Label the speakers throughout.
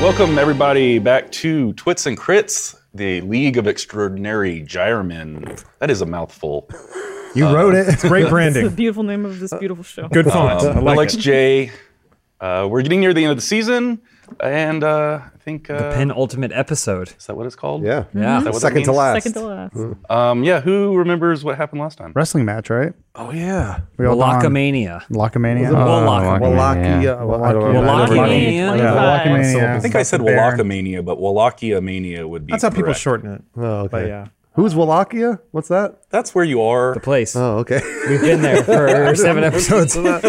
Speaker 1: Welcome, everybody, back to Twits and Crits, the League of Extraordinary Gyremen. That is a mouthful. Uh,
Speaker 2: You
Speaker 3: Uh,
Speaker 2: wrote it.
Speaker 4: Great
Speaker 5: The
Speaker 4: branding.
Speaker 5: beautiful name of this beautiful show.
Speaker 4: Good font. I like
Speaker 1: um, Alex
Speaker 4: it.
Speaker 1: J. Uh, we're getting near the end of the season, and uh, I think uh,
Speaker 3: Penultimate episode.
Speaker 1: is that what it's called?
Speaker 2: Yeah.
Speaker 3: Yeah.
Speaker 1: Is that what that
Speaker 2: Second to
Speaker 1: means?
Speaker 2: last.
Speaker 5: Mm-hmm. Second to last.
Speaker 1: Um, yeah. Who remembers what happened last time?
Speaker 4: Wrestling match, right?
Speaker 3: Oh yeah.
Speaker 4: We all done on-
Speaker 3: Lockamania.
Speaker 4: Lockamania.
Speaker 3: Uh, Wallach-
Speaker 2: Wallachia.
Speaker 6: Yeah.
Speaker 2: Wallachia.
Speaker 3: Wallachia.
Speaker 5: Wallachia.
Speaker 4: yeah,
Speaker 5: Wallach-
Speaker 4: Wallachamania.
Speaker 1: I think I said
Speaker 4: Baron.
Speaker 1: Wallachamania, but Wallachamania would be.
Speaker 4: That's how people
Speaker 1: correct.
Speaker 4: shorten it.
Speaker 2: Oh, okay.
Speaker 4: But yeah.
Speaker 2: Who's Wallachia? What's that?
Speaker 1: That's where you are.
Speaker 3: The place.
Speaker 2: Oh, okay.
Speaker 3: We've been there for seven episodes.
Speaker 1: You want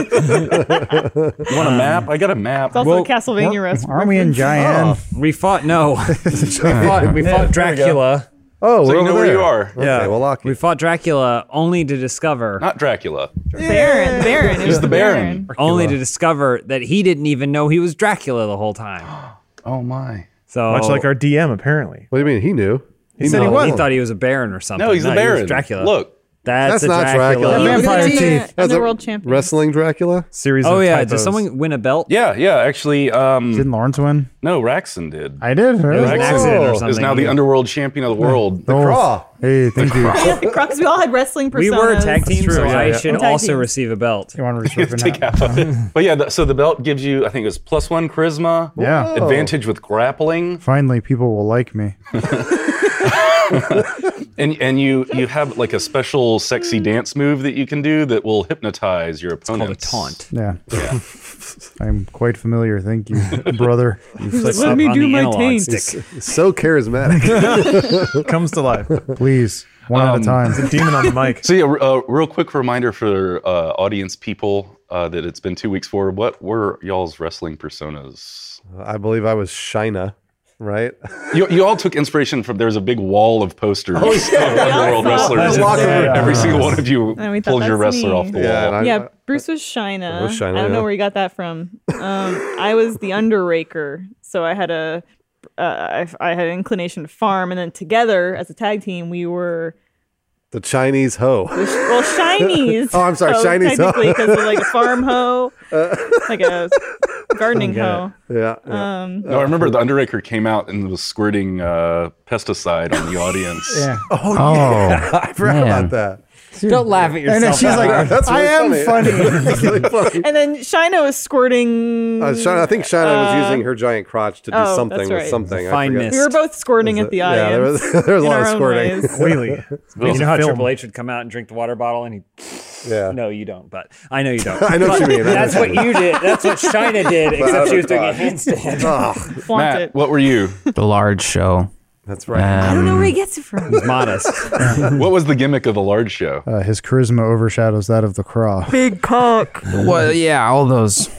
Speaker 1: a map? I got a map.
Speaker 5: It's also
Speaker 3: Um, Well,
Speaker 5: a Castlevania restaurant.
Speaker 4: Aren't we in Giant?
Speaker 3: we fought no. we fought, we fought Dracula.
Speaker 2: Oh,
Speaker 1: so
Speaker 2: we're
Speaker 1: you
Speaker 2: over
Speaker 1: know where
Speaker 2: there.
Speaker 1: you are.
Speaker 2: Okay,
Speaker 4: Yeah.
Speaker 2: Wallachia.
Speaker 3: We fought Dracula only to discover
Speaker 1: Not Dracula.
Speaker 5: Baron. Baron. It was
Speaker 1: the Baron.
Speaker 3: only to discover that he didn't even know he was Dracula the whole time.
Speaker 1: Oh my.
Speaker 3: So
Speaker 4: Much like our DM, apparently.
Speaker 2: what do you mean? He knew.
Speaker 4: He said he
Speaker 3: no,
Speaker 4: was.
Speaker 3: thought Oh, he was a baron or something.
Speaker 1: No, he's the
Speaker 3: he was
Speaker 1: Baron.
Speaker 3: Dracula.
Speaker 1: Look.
Speaker 3: that's,
Speaker 2: That's
Speaker 3: a
Speaker 2: not
Speaker 3: Dracula.
Speaker 2: Dracula.
Speaker 4: Vampire
Speaker 5: I'm the-
Speaker 4: teeth.
Speaker 5: I'm
Speaker 2: That's
Speaker 5: the
Speaker 2: a
Speaker 5: world champion.
Speaker 2: Wrestling Dracula?
Speaker 4: Series
Speaker 3: Oh
Speaker 4: of
Speaker 3: yeah.
Speaker 4: typos.
Speaker 3: Did someone win a belt?
Speaker 1: Yeah, yeah. Actually, um,
Speaker 4: Didn't Lawrence win?
Speaker 1: no, Raxon did.
Speaker 4: I did.
Speaker 3: It was an
Speaker 1: Dracula
Speaker 3: accident or something.
Speaker 1: is now the underworld champion of the world.
Speaker 2: The Craw.
Speaker 4: Hey, thank you.
Speaker 5: Because we all had wrestling personas.
Speaker 3: We were a tag team,
Speaker 4: true,
Speaker 3: so
Speaker 4: yeah,
Speaker 3: I
Speaker 4: yeah.
Speaker 3: should
Speaker 5: Tag
Speaker 3: also
Speaker 5: team.
Speaker 3: receive a belt.
Speaker 4: You want to reserve it
Speaker 1: Take
Speaker 4: now?
Speaker 1: half of it. But yeah, the, so the belt gives you, I think it was plus one charisma.
Speaker 4: Yeah.
Speaker 2: Whoa.
Speaker 1: Advantage with grappling,
Speaker 4: Finally, people will like me.
Speaker 1: and and you you have like a special sexy dance move that you can do that will hypnotize your
Speaker 3: Called a
Speaker 1: opponent.
Speaker 3: taunt.
Speaker 4: Yeah. I'm quite familiar. Thank you, brother.
Speaker 5: Let me do my taint.
Speaker 2: So charismatic.
Speaker 4: Comes to life. Please. One
Speaker 1: Um,
Speaker 4: at a time. It's a demon on the mic.
Speaker 1: So yeah, r- uh, real quick reminder for uh, audience people uh, that it's been two weeks for what were y'all's wrestling personas?
Speaker 2: I believe I was Shina, right?
Speaker 1: You, you all took inspiration from there's a big wall of posters
Speaker 2: Oh,
Speaker 1: of Underworld
Speaker 5: Yeah, I saw
Speaker 1: wrestlers.
Speaker 2: that. Locker room.
Speaker 1: Every single one of you
Speaker 5: And we thought
Speaker 1: pulled your
Speaker 5: that's
Speaker 1: wrestler
Speaker 5: me.
Speaker 1: off the
Speaker 2: Yeah,
Speaker 1: wall.
Speaker 2: and I-
Speaker 5: yeah, Bruce was Shina.
Speaker 2: I was Shina,
Speaker 5: I don't
Speaker 2: yeah.
Speaker 5: know where he got that from. Um, I was the underraker, so I had a, uh, I, I had an inclination to farm, and then together as a tag team, we were
Speaker 2: The Chinese hoe.
Speaker 5: well shinies.
Speaker 2: Oh, I'm sorry, shinies, huh?
Speaker 5: Technically, because of like a farm hoe, like a gardening hoe.
Speaker 2: Yeah. yeah.
Speaker 5: Um,
Speaker 1: No, I remember the Underaker came out and was squirting uh, pesticide on the audience.
Speaker 4: Yeah.
Speaker 2: oh, yeah. I forgot about that.
Speaker 3: Don't laugh at yourself.
Speaker 4: And then she's like,
Speaker 2: That's
Speaker 4: I am
Speaker 2: really funny.
Speaker 4: funny.
Speaker 2: That's really funny.
Speaker 5: and then Shina was squirting.
Speaker 2: Uh, Shina, I think Shina was using her giant crotch to do
Speaker 5: oh, that's
Speaker 2: something with
Speaker 5: right.
Speaker 2: something. I
Speaker 3: Fine
Speaker 2: forget.
Speaker 3: miss.
Speaker 5: we were both squirting at the
Speaker 2: Yeah,
Speaker 5: audience.
Speaker 2: there was, there was a
Speaker 5: in
Speaker 2: lot
Speaker 5: our
Speaker 2: of
Speaker 5: own
Speaker 2: squirting.
Speaker 5: ways.
Speaker 4: Wheelie.
Speaker 3: you know
Speaker 4: a
Speaker 3: how
Speaker 4: film.
Speaker 3: Triple H would come out and drink the water bottle, and he.
Speaker 2: Yeah.
Speaker 3: No, you don't. But I know you don't.
Speaker 2: I know what
Speaker 3: But
Speaker 2: you mean, I know
Speaker 3: That's
Speaker 2: what
Speaker 3: what
Speaker 2: you
Speaker 3: you did. That's what China did, except she was doing a
Speaker 2: God.
Speaker 3: handstand.
Speaker 2: Oh,
Speaker 5: Flaunt
Speaker 1: Matt,
Speaker 5: it.
Speaker 1: what were you?
Speaker 7: the large show.
Speaker 2: that's right.
Speaker 5: I don't know where he gets it from.
Speaker 3: Modest.
Speaker 1: what was the gimmick of the large show?
Speaker 4: Uh, his charisma overshadows that of the craw.
Speaker 5: Big cock.
Speaker 1: Uh,
Speaker 7: Well, yeah, all those.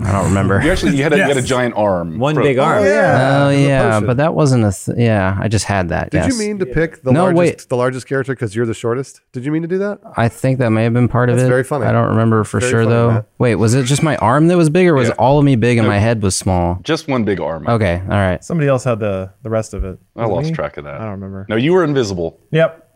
Speaker 7: I don't
Speaker 1: You
Speaker 7: remember.
Speaker 1: actually you had a, you had a giant arm.
Speaker 3: One
Speaker 1: From-
Speaker 3: big arm.
Speaker 2: yeah.
Speaker 7: Oh
Speaker 2: As a
Speaker 7: yeah,
Speaker 2: potion.
Speaker 7: but that wasn't a. Th- yeah, I just had that.
Speaker 2: Did
Speaker 7: yes.
Speaker 2: you mean to pick the
Speaker 7: No,
Speaker 2: largest
Speaker 7: wait.
Speaker 2: the largest character because you're the shortest? Did you mean to do that?
Speaker 7: I think that may have been part of
Speaker 2: That's
Speaker 7: it.
Speaker 2: very funny.
Speaker 7: I don't remember for
Speaker 2: Very
Speaker 7: sure
Speaker 2: funny,
Speaker 7: though.
Speaker 2: Matt.
Speaker 7: Wait, was it just my arm that was big, or was
Speaker 1: Yeah.
Speaker 7: all of me big and my head was small?
Speaker 1: Just one big arm.
Speaker 7: Okay, all right.
Speaker 4: Somebody else had the, the rest of it.
Speaker 1: I lost track of that.
Speaker 4: I don't remember.
Speaker 1: No, you were invisible.
Speaker 4: Yep.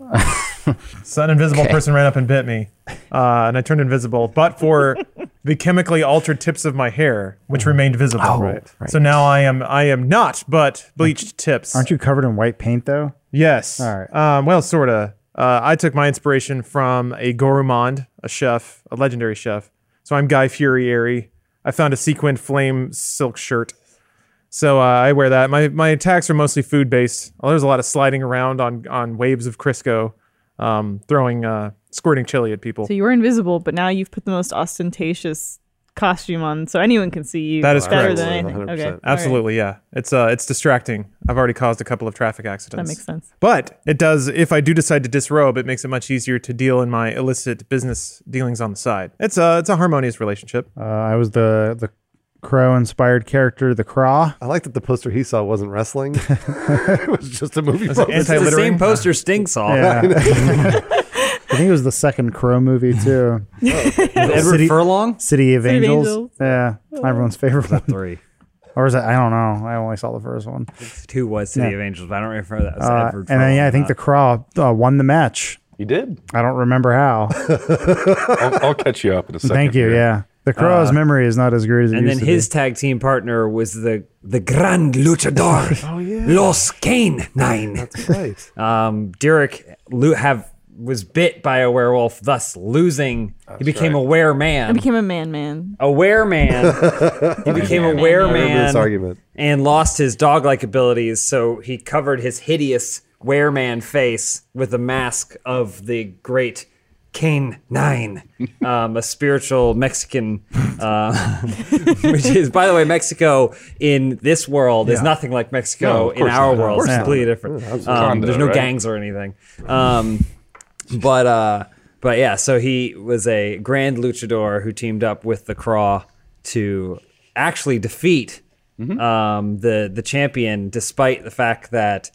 Speaker 4: so an invisible person ran up and bit me, uh, and I turned invisible, but for the chemically altered tips of my hair, which remained visible. right. So now I am I am not, but bleached tips.
Speaker 8: Aren't you covered in white paint though?
Speaker 4: Yes.
Speaker 8: All right.
Speaker 4: Um, well, sorta. Uh, I took my inspiration from a gourmand, a chef, a legendary chef. So I'm Guy Furieri. I found a sequined flame silk shirt. So uh, I wear that. My my attacks are mostly food based. Oh, there's a lot of sliding around on on waves of Crisco, um, throwing uh, squirting chili at people.
Speaker 5: So you were invisible, but now you've put the most ostentatious costume on, so anyone can see you.
Speaker 4: That is
Speaker 5: better
Speaker 4: correct.
Speaker 5: than anything.
Speaker 2: 100%.
Speaker 5: Okay, all right.
Speaker 4: Absolutely, yeah. It's uh, it's distracting. I've already caused a couple of traffic accidents.
Speaker 5: That makes sense.
Speaker 4: But it does. If I do decide to disrobe, it makes it much easier to deal in my illicit business dealings on the side. It's a it's a harmonious relationship.
Speaker 8: Uh, I was the the crow inspired character, the craw.
Speaker 2: I like that the poster he saw wasn't wrestling. it was just a movie poster.
Speaker 3: It's the same poster Sting saw.
Speaker 8: I think it was the second crow movie too.
Speaker 3: Edward
Speaker 8: City-
Speaker 3: Furlong.
Speaker 8: City of
Speaker 5: City of
Speaker 8: Angels.
Speaker 5: Angels.
Speaker 8: Yeah, everyone's favorite one.
Speaker 3: Oh. Three.
Speaker 8: Or is that? I don't know. I only saw the first one.
Speaker 3: Two was City of Angels, but I don't remember that. It was
Speaker 8: Uh,
Speaker 3: Edward
Speaker 8: and then yeah, I
Speaker 3: Furlong,
Speaker 8: think the
Speaker 3: not-
Speaker 8: craw uh, won the match.
Speaker 1: You did.
Speaker 8: I don't remember how.
Speaker 1: I'll, I'll catch you up in a second.
Speaker 8: Thank you.
Speaker 1: here. Uh,
Speaker 8: Yeah. The Crow's memory is not as great as it
Speaker 3: And then
Speaker 8: used
Speaker 3: his tag team partner was the the Grand Luchador, Los Kane Nine.
Speaker 2: Oh, Right.
Speaker 3: Um, Derek lo- have was bit by a werewolf, thus losing. he became a were
Speaker 5: I
Speaker 3: man.
Speaker 5: became a man man.
Speaker 3: a were man. he became a were
Speaker 2: I remember this
Speaker 3: man
Speaker 2: argument.
Speaker 3: and lost his dog like abilities. So he covered his hideous were man face with a mask of the great. Kane Nine, um, a spiritual Mexican, uh, which is, by the way, Mexico in this world is nothing like
Speaker 1: No,
Speaker 3: Mexico
Speaker 1: of
Speaker 3: in
Speaker 1: course
Speaker 3: our
Speaker 1: not. Of
Speaker 3: world.
Speaker 1: course
Speaker 3: It's
Speaker 1: not.
Speaker 3: completely different.
Speaker 1: absolutely.
Speaker 3: Um, there's
Speaker 1: Condo,
Speaker 3: no
Speaker 1: right?
Speaker 3: gangs or anything. Um, but uh, but yeah, so he was a grand luchador who teamed up with the Craw to actually defeat
Speaker 1: Mm-hmm.
Speaker 3: um, the the champion, despite the fact that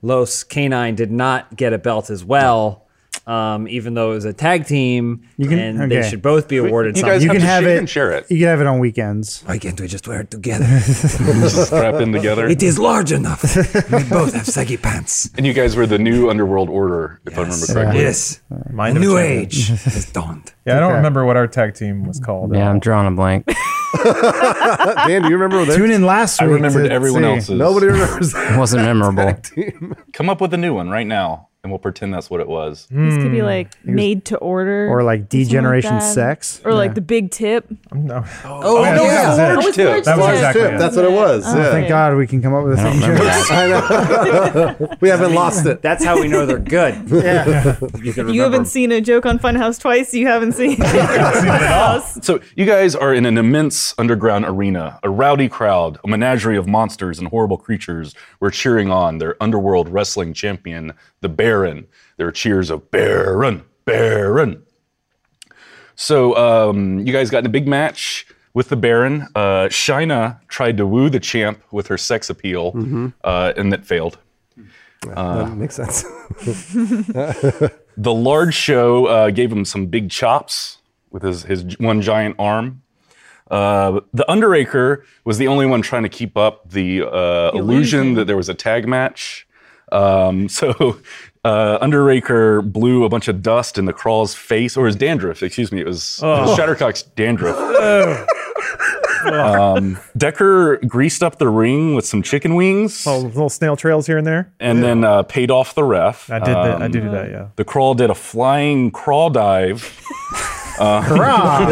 Speaker 3: Los Canine did not get a belt as well. Um, even though it was a tag team,
Speaker 8: can-
Speaker 3: and
Speaker 8: okay.
Speaker 3: they should both be awarded
Speaker 1: You
Speaker 3: something.
Speaker 1: guys
Speaker 8: You
Speaker 1: have
Speaker 8: can
Speaker 1: to
Speaker 8: have
Speaker 1: share
Speaker 8: it.
Speaker 1: and share it.
Speaker 8: to. You can have it on weekends.
Speaker 3: Why can't we just wear it together?
Speaker 1: Strap in together.
Speaker 3: it is large enough. we both have saggy pants.
Speaker 1: And you guys were the new Underworld Order, if I remember correctly.
Speaker 3: Yes,
Speaker 4: Mind of
Speaker 3: new
Speaker 4: champion.
Speaker 3: age has dawned.
Speaker 4: Yeah, I don't remember what our tag team was called.
Speaker 7: Yeah, I'm drawing a blank.
Speaker 2: Dan, do you remember what
Speaker 8: Tune in last
Speaker 1: I
Speaker 8: week.
Speaker 1: remembered
Speaker 8: to
Speaker 1: everyone
Speaker 8: see.
Speaker 1: else's.
Speaker 2: Nobody remembers that.
Speaker 7: It wasn't memorable.
Speaker 1: Come up with a new one right now, and we'll pretend that's what it was.
Speaker 5: These
Speaker 1: Hmm.
Speaker 5: could be like
Speaker 3: Hmm.
Speaker 5: made to order
Speaker 8: Or like
Speaker 5: something
Speaker 8: Degeneration
Speaker 5: that.
Speaker 8: Sex.
Speaker 5: Or like the big tip.
Speaker 4: No.
Speaker 3: Oh,
Speaker 1: no,
Speaker 3: yeah.
Speaker 1: it's
Speaker 5: Oh,
Speaker 1: large
Speaker 5: it's
Speaker 1: tip.
Speaker 5: large
Speaker 4: That was
Speaker 5: tip.
Speaker 4: exactly
Speaker 2: Tip,
Speaker 4: it.
Speaker 2: That's what it was.
Speaker 5: Oh,
Speaker 2: yeah.
Speaker 8: Thank God we can come up with a
Speaker 7: I don't
Speaker 8: thing.
Speaker 7: remember that.
Speaker 2: I know. we haven't lost it.
Speaker 3: That's how we know they're good. yeah. You can
Speaker 5: You haven't
Speaker 3: remember.
Speaker 5: seen a joke on Funhouse twice. You haven't seen Funhouse.
Speaker 1: So you guys are in an immense underground arena, a rowdy crowd, a menagerie of monsters and horrible creatures. We're cheering on their underworld wrestling champion, the Baron. There are cheers of Baron, Baron. So um, you guys got in a big match with the Baron. Uh, Shina tried to woo the champ with her sex appeal, uh, and that failed. Uh,
Speaker 2: That makes sense.
Speaker 1: The large show uh, gave him some big chops with his, his g- one giant arm. Uh, the Underaker was the only one trying to keep up the uh, illusion that there was a tag match. Um, so uh, Underaker blew a bunch of dust in the Crawl's face, or his dandruff, excuse me. It was, it was Shattercock's dandruff. um, Decker greased up the ring with some chicken wings
Speaker 4: Little, little snail trails here and there.
Speaker 1: and then uh, paid off the ref. Um,
Speaker 4: I did that. I did do that. Yeah.
Speaker 1: The crawl did a flying crawl dive Uh,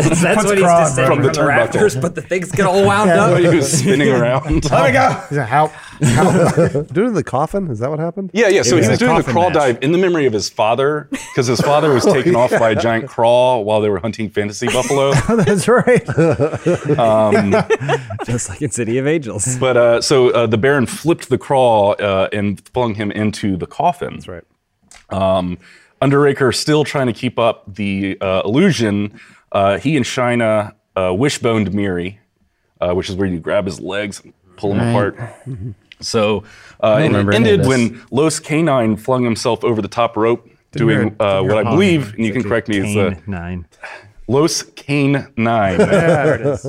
Speaker 3: That's, that's
Speaker 4: Puts
Speaker 3: what he's
Speaker 4: Kron
Speaker 3: just saying
Speaker 1: from
Speaker 3: from
Speaker 1: the
Speaker 3: the rafters,
Speaker 1: turnbuckle.
Speaker 3: but the things get all wound
Speaker 1: while
Speaker 3: up.
Speaker 1: he was spinning around.
Speaker 8: Is it How?
Speaker 2: Doing the coffin? Is that what happened?
Speaker 1: yeah, yeah. So
Speaker 3: was
Speaker 1: he was
Speaker 3: a
Speaker 1: doing the
Speaker 3: coffin
Speaker 1: crawl
Speaker 3: match. Oh,
Speaker 1: dive in the memory of his father because his father was taken off by a giant crawl while they were hunting fantasy buffalo.
Speaker 8: That's right.
Speaker 3: Just like in City of Angels.
Speaker 1: Um, But uh, so uh, the Baron flipped the crawl uh, and flung him into the coffin. That's
Speaker 2: right.
Speaker 1: Um, Underaker still trying to keep up the uh, illusion. Uh, he and Shina uh, wishboned Miri, uh, which is where you grab his legs and pull him apart. So uh, and
Speaker 7: remember
Speaker 1: it
Speaker 7: any of
Speaker 1: ended
Speaker 7: this.
Speaker 1: when Los Canine flung himself over the top rope, doing uh, what I believe, and you can correct me, is uh,
Speaker 3: Kane nine.
Speaker 1: Los Kane Nine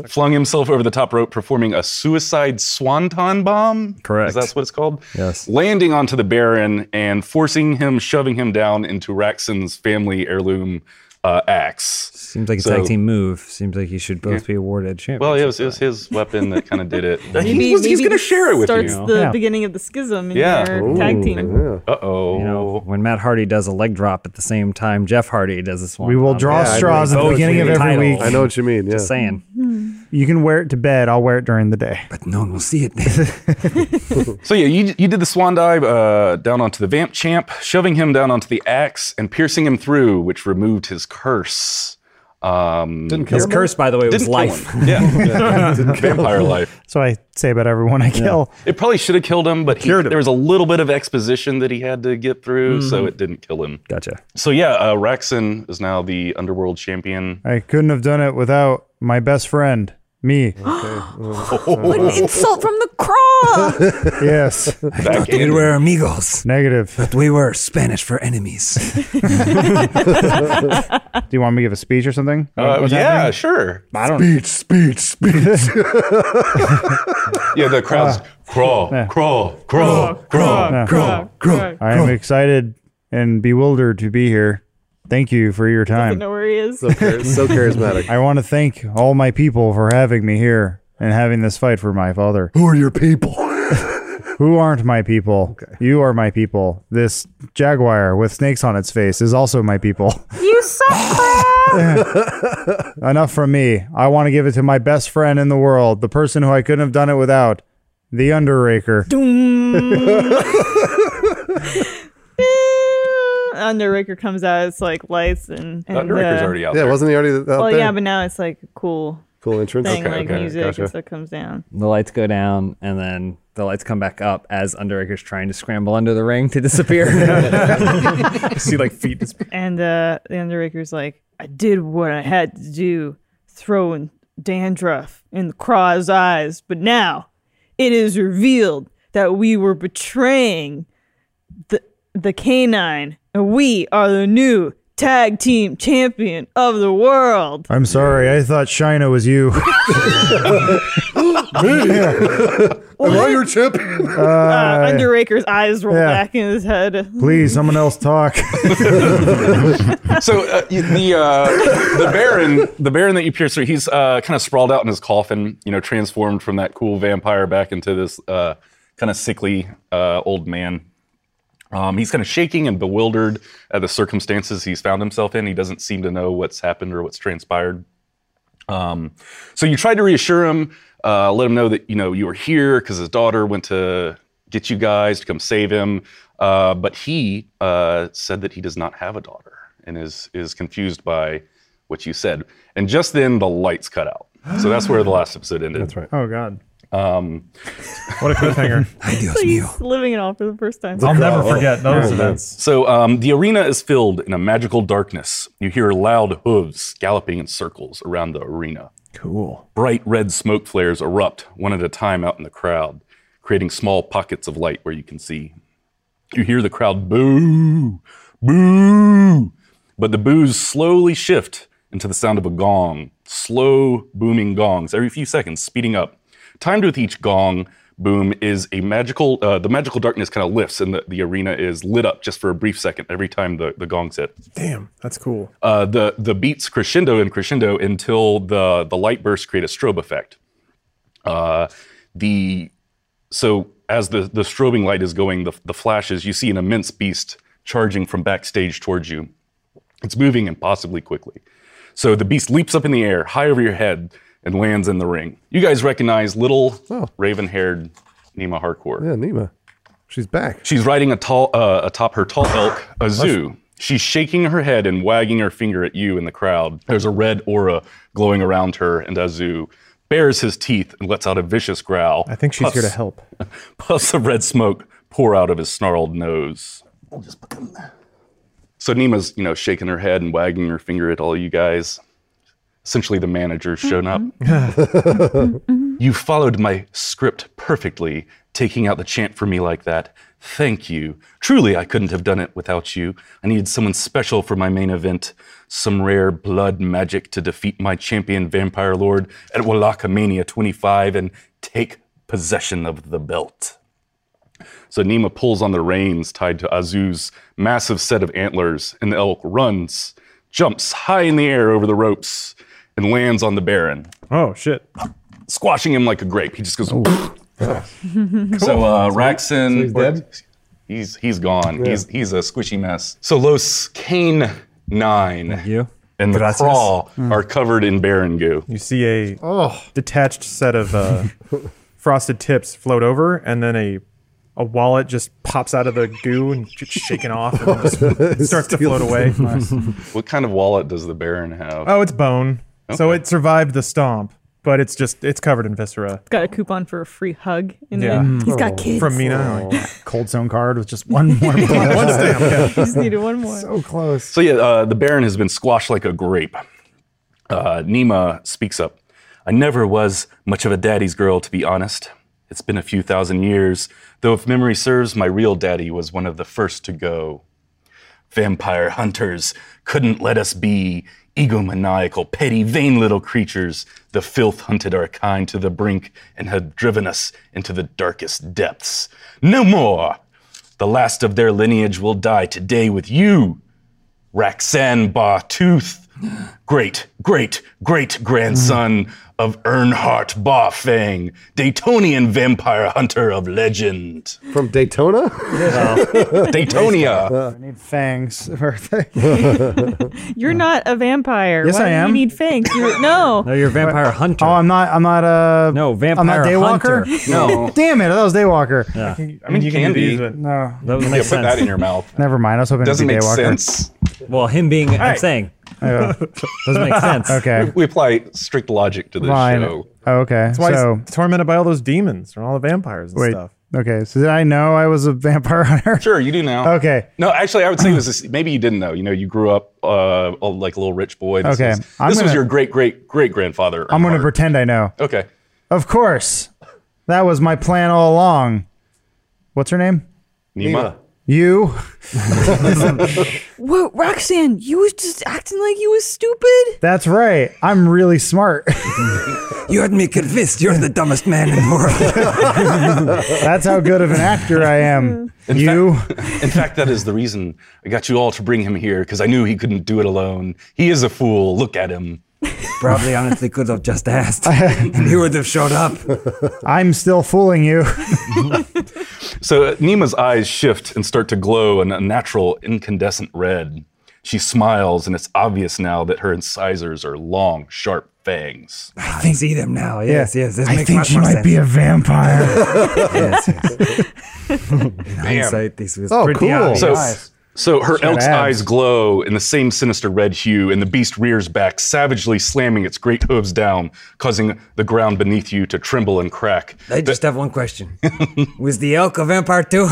Speaker 1: flung himself over the top rope, performing a suicide swanton bomb.
Speaker 3: Correct.
Speaker 1: Is that what it's called?
Speaker 3: Yes.
Speaker 1: Landing onto the Baron and forcing him, shoving him down into Raxon's family heirloom uh, axe.
Speaker 3: Seems like a
Speaker 1: So-
Speaker 3: tag team move. Seems like you should both be awarded champion.
Speaker 1: Well, it was, it was his weapon that kind of did it.
Speaker 5: Maybe-
Speaker 1: he was, he's
Speaker 5: maybe
Speaker 1: going to
Speaker 5: this
Speaker 1: share it with
Speaker 5: starts
Speaker 1: you.
Speaker 5: the
Speaker 8: Yeah.
Speaker 5: beginning of the schism in
Speaker 1: Yeah.
Speaker 5: your tag team.
Speaker 1: Uh oh.
Speaker 3: you know, when Matt Hardy does a leg drop at the same time Jeff Hardy does a swan.
Speaker 8: We will
Speaker 3: bomb.
Speaker 8: draw
Speaker 2: Yeah, I
Speaker 8: straws at
Speaker 3: know.
Speaker 8: the beginning of
Speaker 3: Both
Speaker 8: every
Speaker 3: titles.
Speaker 8: week.
Speaker 2: I know what you mean. Yeah.
Speaker 3: Just saying.
Speaker 8: You can wear it to bed. I'll wear it during the day.
Speaker 3: But no one will see it then.
Speaker 1: So yeah, you, you did the swan dive uh, down onto the vamp champ, shoving him down onto the axe and piercing him through, which removed his curse. Um, Didn't
Speaker 3: His curse, by the way, was life.
Speaker 1: Yeah, vampire life.
Speaker 8: So I say about everyone I kill.
Speaker 1: It probably should have killed him, but he, there was a little bit of exposition that he had to get through, so it didn't kill him.
Speaker 3: Mm-hmm. Gotcha.
Speaker 1: So yeah, uh, Raxon is now the underworld champion.
Speaker 8: I couldn't have done it without my best friend, me.
Speaker 5: What an insult from the craw!
Speaker 8: yes.
Speaker 1: Back
Speaker 3: We
Speaker 1: in.
Speaker 3: were amigos.
Speaker 8: Negative. Do
Speaker 3: We were Spanish for enemies.
Speaker 8: you want me to give a speech or something?
Speaker 1: Uh, yeah, sure.
Speaker 8: I don't speech, speech, speech.
Speaker 1: Yeah, the
Speaker 3: Uh,
Speaker 1: crowd's crawl, crawl,
Speaker 8: Oh,
Speaker 1: crawl, crawl.
Speaker 5: Craw, craw.
Speaker 8: I am excited and bewildered to be here.
Speaker 6: Thank you for your
Speaker 5: Doesn't
Speaker 6: time.
Speaker 5: know where he is.
Speaker 2: So, char- so charismatic.
Speaker 6: I want to thank all my people for having me here and having this fight for my father.
Speaker 2: Who are your people?
Speaker 6: Who aren't my people? You are my people. This jaguar with snakes on its face is also my people.
Speaker 5: You suck,
Speaker 6: Enough from me. I want to give it to my best friend in the world, the person who I couldn't have done it without, the Underraker.
Speaker 5: Eh, Underraker comes out. It's like lights and. and
Speaker 1: Undertaker's
Speaker 5: uh,
Speaker 1: already out
Speaker 2: yeah,
Speaker 1: there.
Speaker 2: wasn't he already uh, out
Speaker 5: Well,
Speaker 2: there?
Speaker 5: yeah, but now it's like a cool
Speaker 2: cool entrance.
Speaker 5: thing, like
Speaker 1: okay,
Speaker 5: music
Speaker 2: gotcha.
Speaker 5: and stuff comes down.
Speaker 3: The lights go down, and then the lights come back up as Underaker's trying to scramble under the ring to disappear.
Speaker 4: see like feet. dis-
Speaker 5: And uh, the Underaker's like, I did what I had to do, throwing dandruff in the Craw's eyes, but now it is revealed that we were betraying the the canine, and we are the new tag team champion of the world.
Speaker 6: I'm sorry, I thought Shina was you.
Speaker 2: Am I your champion?
Speaker 5: Uh, Underaker's eyes roll
Speaker 6: yeah.
Speaker 5: back in his head.
Speaker 6: Please, someone else talk.
Speaker 1: So uh, y- the uh, the Baron, the Baron that you pierce through, he's uh, kind of sprawled out in his coffin, you know, transformed from that cool vampire back into this uh, kind of sickly uh, old man. Um, he's kind of shaking and bewildered at the circumstances he's found himself in. He doesn't seem to know what's happened or what's transpired. Um, so you tried to reassure him, uh, let him know that you know you were here because his daughter went to get you guys to come save him. Uh, but he uh, said that he does not have a daughter and is is confused by what you said. And just then the lights cut out. So that's where the last episode ended. Um, That's right.
Speaker 6: Oh, God.
Speaker 4: What a cliffhanger!
Speaker 5: It's like he's living it all for the first time.
Speaker 4: I'll never forget those events.
Speaker 1: So um, the arena is filled in a magical darkness. You hear loud hooves galloping in circles around the arena.
Speaker 4: Cool.
Speaker 1: Bright red smoke flares erupt one at a time out in the crowd, creating small pockets of light where you can see. You hear the crowd boo, boo, but the boos slowly shift into the sound of a gong, slow booming gongs every few seconds, speeding up. Timed with each gong boom is a magical, uh, the magical darkness kind of lifts and the, the arena is lit up just for a brief second every time the, the gongs hit
Speaker 4: Damn, that's cool.
Speaker 1: uh, the the beats crescendo and crescendo until the the light bursts create a strobe effect. Uh, the so as the the strobing light is going, the the flashes you see an immense beast charging from backstage towards you. It's moving impossibly quickly. So the beast leaps up in the air, high over your head, and lands in the ring. You guys recognize little raven-haired Nima Harcourt.
Speaker 2: Yeah, Nima. She's back.
Speaker 1: She's riding atol- uh, atop her tall elk, a zoo. She's shaking her head and wagging her finger at you in the crowd. There's a red aura glowing around her, and Azu bares his teeth and lets out a vicious growl.
Speaker 4: I think she's here to help.
Speaker 1: Puffs of red smoke pour out of his snarled nose. We'll just put them there. So Nima's, you know, shaking her head and wagging her finger at all you guys. Essentially, the manager's shown
Speaker 4: Mm-hmm.
Speaker 1: up. you followed my script perfectly, taking out the chant for me like that. Thank you. Truly, I couldn't have done it without you. I needed someone special for my main event, some rare blood magic to defeat my champion vampire lord at Walaka Mania 25 and take possession of the belt. So Nima pulls on the reins tied to Azu's massive set of antlers, and the elk runs, jumps high in the air over the ropes, and lands on the Baron
Speaker 4: Oh shit!
Speaker 1: squashing him like a grape. He just goes. so uh, Raxon, he's He's he's gone. He's he's a squishy mess. So Los Kane Nine
Speaker 3: you.
Speaker 1: and the crawl are covered in Baron goo.
Speaker 4: Hmm. You see a detached set of uh, frosted tips float over, and then a a wallet just pops out of the goo and just shaken off and just starts to float away.
Speaker 1: What kind of wallet does the Baron have?
Speaker 4: Oh, it's bone. So it survived the stomp, but it's just it's covered in viscera.
Speaker 5: Got a coupon for a free hug, and
Speaker 4: Yeah.
Speaker 6: Mm.
Speaker 4: Oh.
Speaker 5: then he's got kids.
Speaker 4: From Mina, like,
Speaker 6: Oh. Cold Stone card with just one more. bullet.
Speaker 4: one stamp. yeah.
Speaker 5: he just needed one more.
Speaker 6: so close.
Speaker 1: So yeah, uh, the Baron has been squashed like a grape. Uh, Nima speaks up. I never was much of a daddy's girl, to be honest. It's been a few thousand years, though if memory serves, my real daddy was one of the first to go. Vampire hunters couldn't let us be egomaniacal, petty, vain little creatures. The filth hunted our kind to the brink and had driven us into the darkest depths. No more! The last of their lineage will die today with you, Raxan Bawtooth, great, great, great grandson of Earnhardt Bawfang, Daytonian vampire hunter of legend.
Speaker 2: From Daytona?
Speaker 1: Daytonia.
Speaker 6: I need fangs.
Speaker 5: You're not a vampire.
Speaker 6: Yes,
Speaker 5: Why
Speaker 6: I
Speaker 5: do
Speaker 6: am.
Speaker 5: You need fangs. You're, no.
Speaker 3: No, you're a vampire hunter.
Speaker 6: oh, I'm not. I'm not a.
Speaker 3: no, vampire
Speaker 6: I'm not
Speaker 3: hunter.
Speaker 6: Daywalker.
Speaker 1: No.
Speaker 6: Damn it! That was Daywalker.
Speaker 4: I mean, you can,
Speaker 1: can
Speaker 4: do
Speaker 1: be.
Speaker 4: these, but
Speaker 6: No,
Speaker 3: That would
Speaker 1: Yeah,
Speaker 3: make
Speaker 1: put that
Speaker 3: sense.
Speaker 1: in your mouth.
Speaker 6: never mind. I was hoping it'd
Speaker 1: Doesn't
Speaker 6: be
Speaker 1: make
Speaker 6: Daywalker.
Speaker 1: sense.
Speaker 3: well, him being, I'm
Speaker 4: right.
Speaker 3: saying,
Speaker 6: Yeah.
Speaker 3: doesn't make sense.
Speaker 6: Okay.
Speaker 1: We apply strict logic to this
Speaker 6: Fine.
Speaker 1: show.
Speaker 6: Oh, okay.
Speaker 4: that's why
Speaker 6: so
Speaker 4: he's tormented by all those demons and all the vampires and
Speaker 6: wait.
Speaker 4: stuff.
Speaker 6: Okay. So did I know I was a vampire hunter?
Speaker 1: Sure, you do now.
Speaker 6: Okay.
Speaker 1: No, actually, I would say this is maybe you didn't know. You know, you grew up uh, a- like a little rich boy. This
Speaker 6: Okay,
Speaker 1: was, this
Speaker 6: I'm
Speaker 1: was
Speaker 6: gonna-
Speaker 1: your great great great grandfather.
Speaker 6: I'm gonna pretend I know.
Speaker 1: Okay.
Speaker 6: Of course. That was my plan all along. What's her name?
Speaker 1: Nima.
Speaker 6: You.
Speaker 5: What, Roxanne? You was just acting like you was stupid.
Speaker 6: That's right. I'm really smart.
Speaker 3: You had me convinced you're the dumbest man in the world.
Speaker 6: That's how good of an actor I am. you.
Speaker 1: In fact, that is the reason I got you all to bring him here because I knew he couldn't do it alone. He is a fool. Look at him.
Speaker 3: Probably honestly could have just asked. and he would have showed up.
Speaker 6: I'm still fooling you.
Speaker 1: So uh, Nima's eyes shift and start to glow an unnatural incandescent red. She smiles, and it's obvious now that her incisors are long, sharp fangs.
Speaker 3: I think, see them now. Yes, yes. This
Speaker 6: I
Speaker 3: makes
Speaker 6: think
Speaker 3: much
Speaker 6: she
Speaker 3: more
Speaker 6: might
Speaker 3: sense.
Speaker 6: be a vampire.
Speaker 3: yes, yes. In hindsight, this was
Speaker 2: Oh,
Speaker 3: pretty
Speaker 2: cool.
Speaker 3: obvious.
Speaker 1: So,
Speaker 6: Nice.
Speaker 1: so her elk's
Speaker 6: abs.
Speaker 1: eyes glow in the same sinister red hue, and the beast rears back, savagely slamming its great hooves down, causing the ground beneath you to tremble and crack.
Speaker 3: I just have one question. Was the elk a vampire too?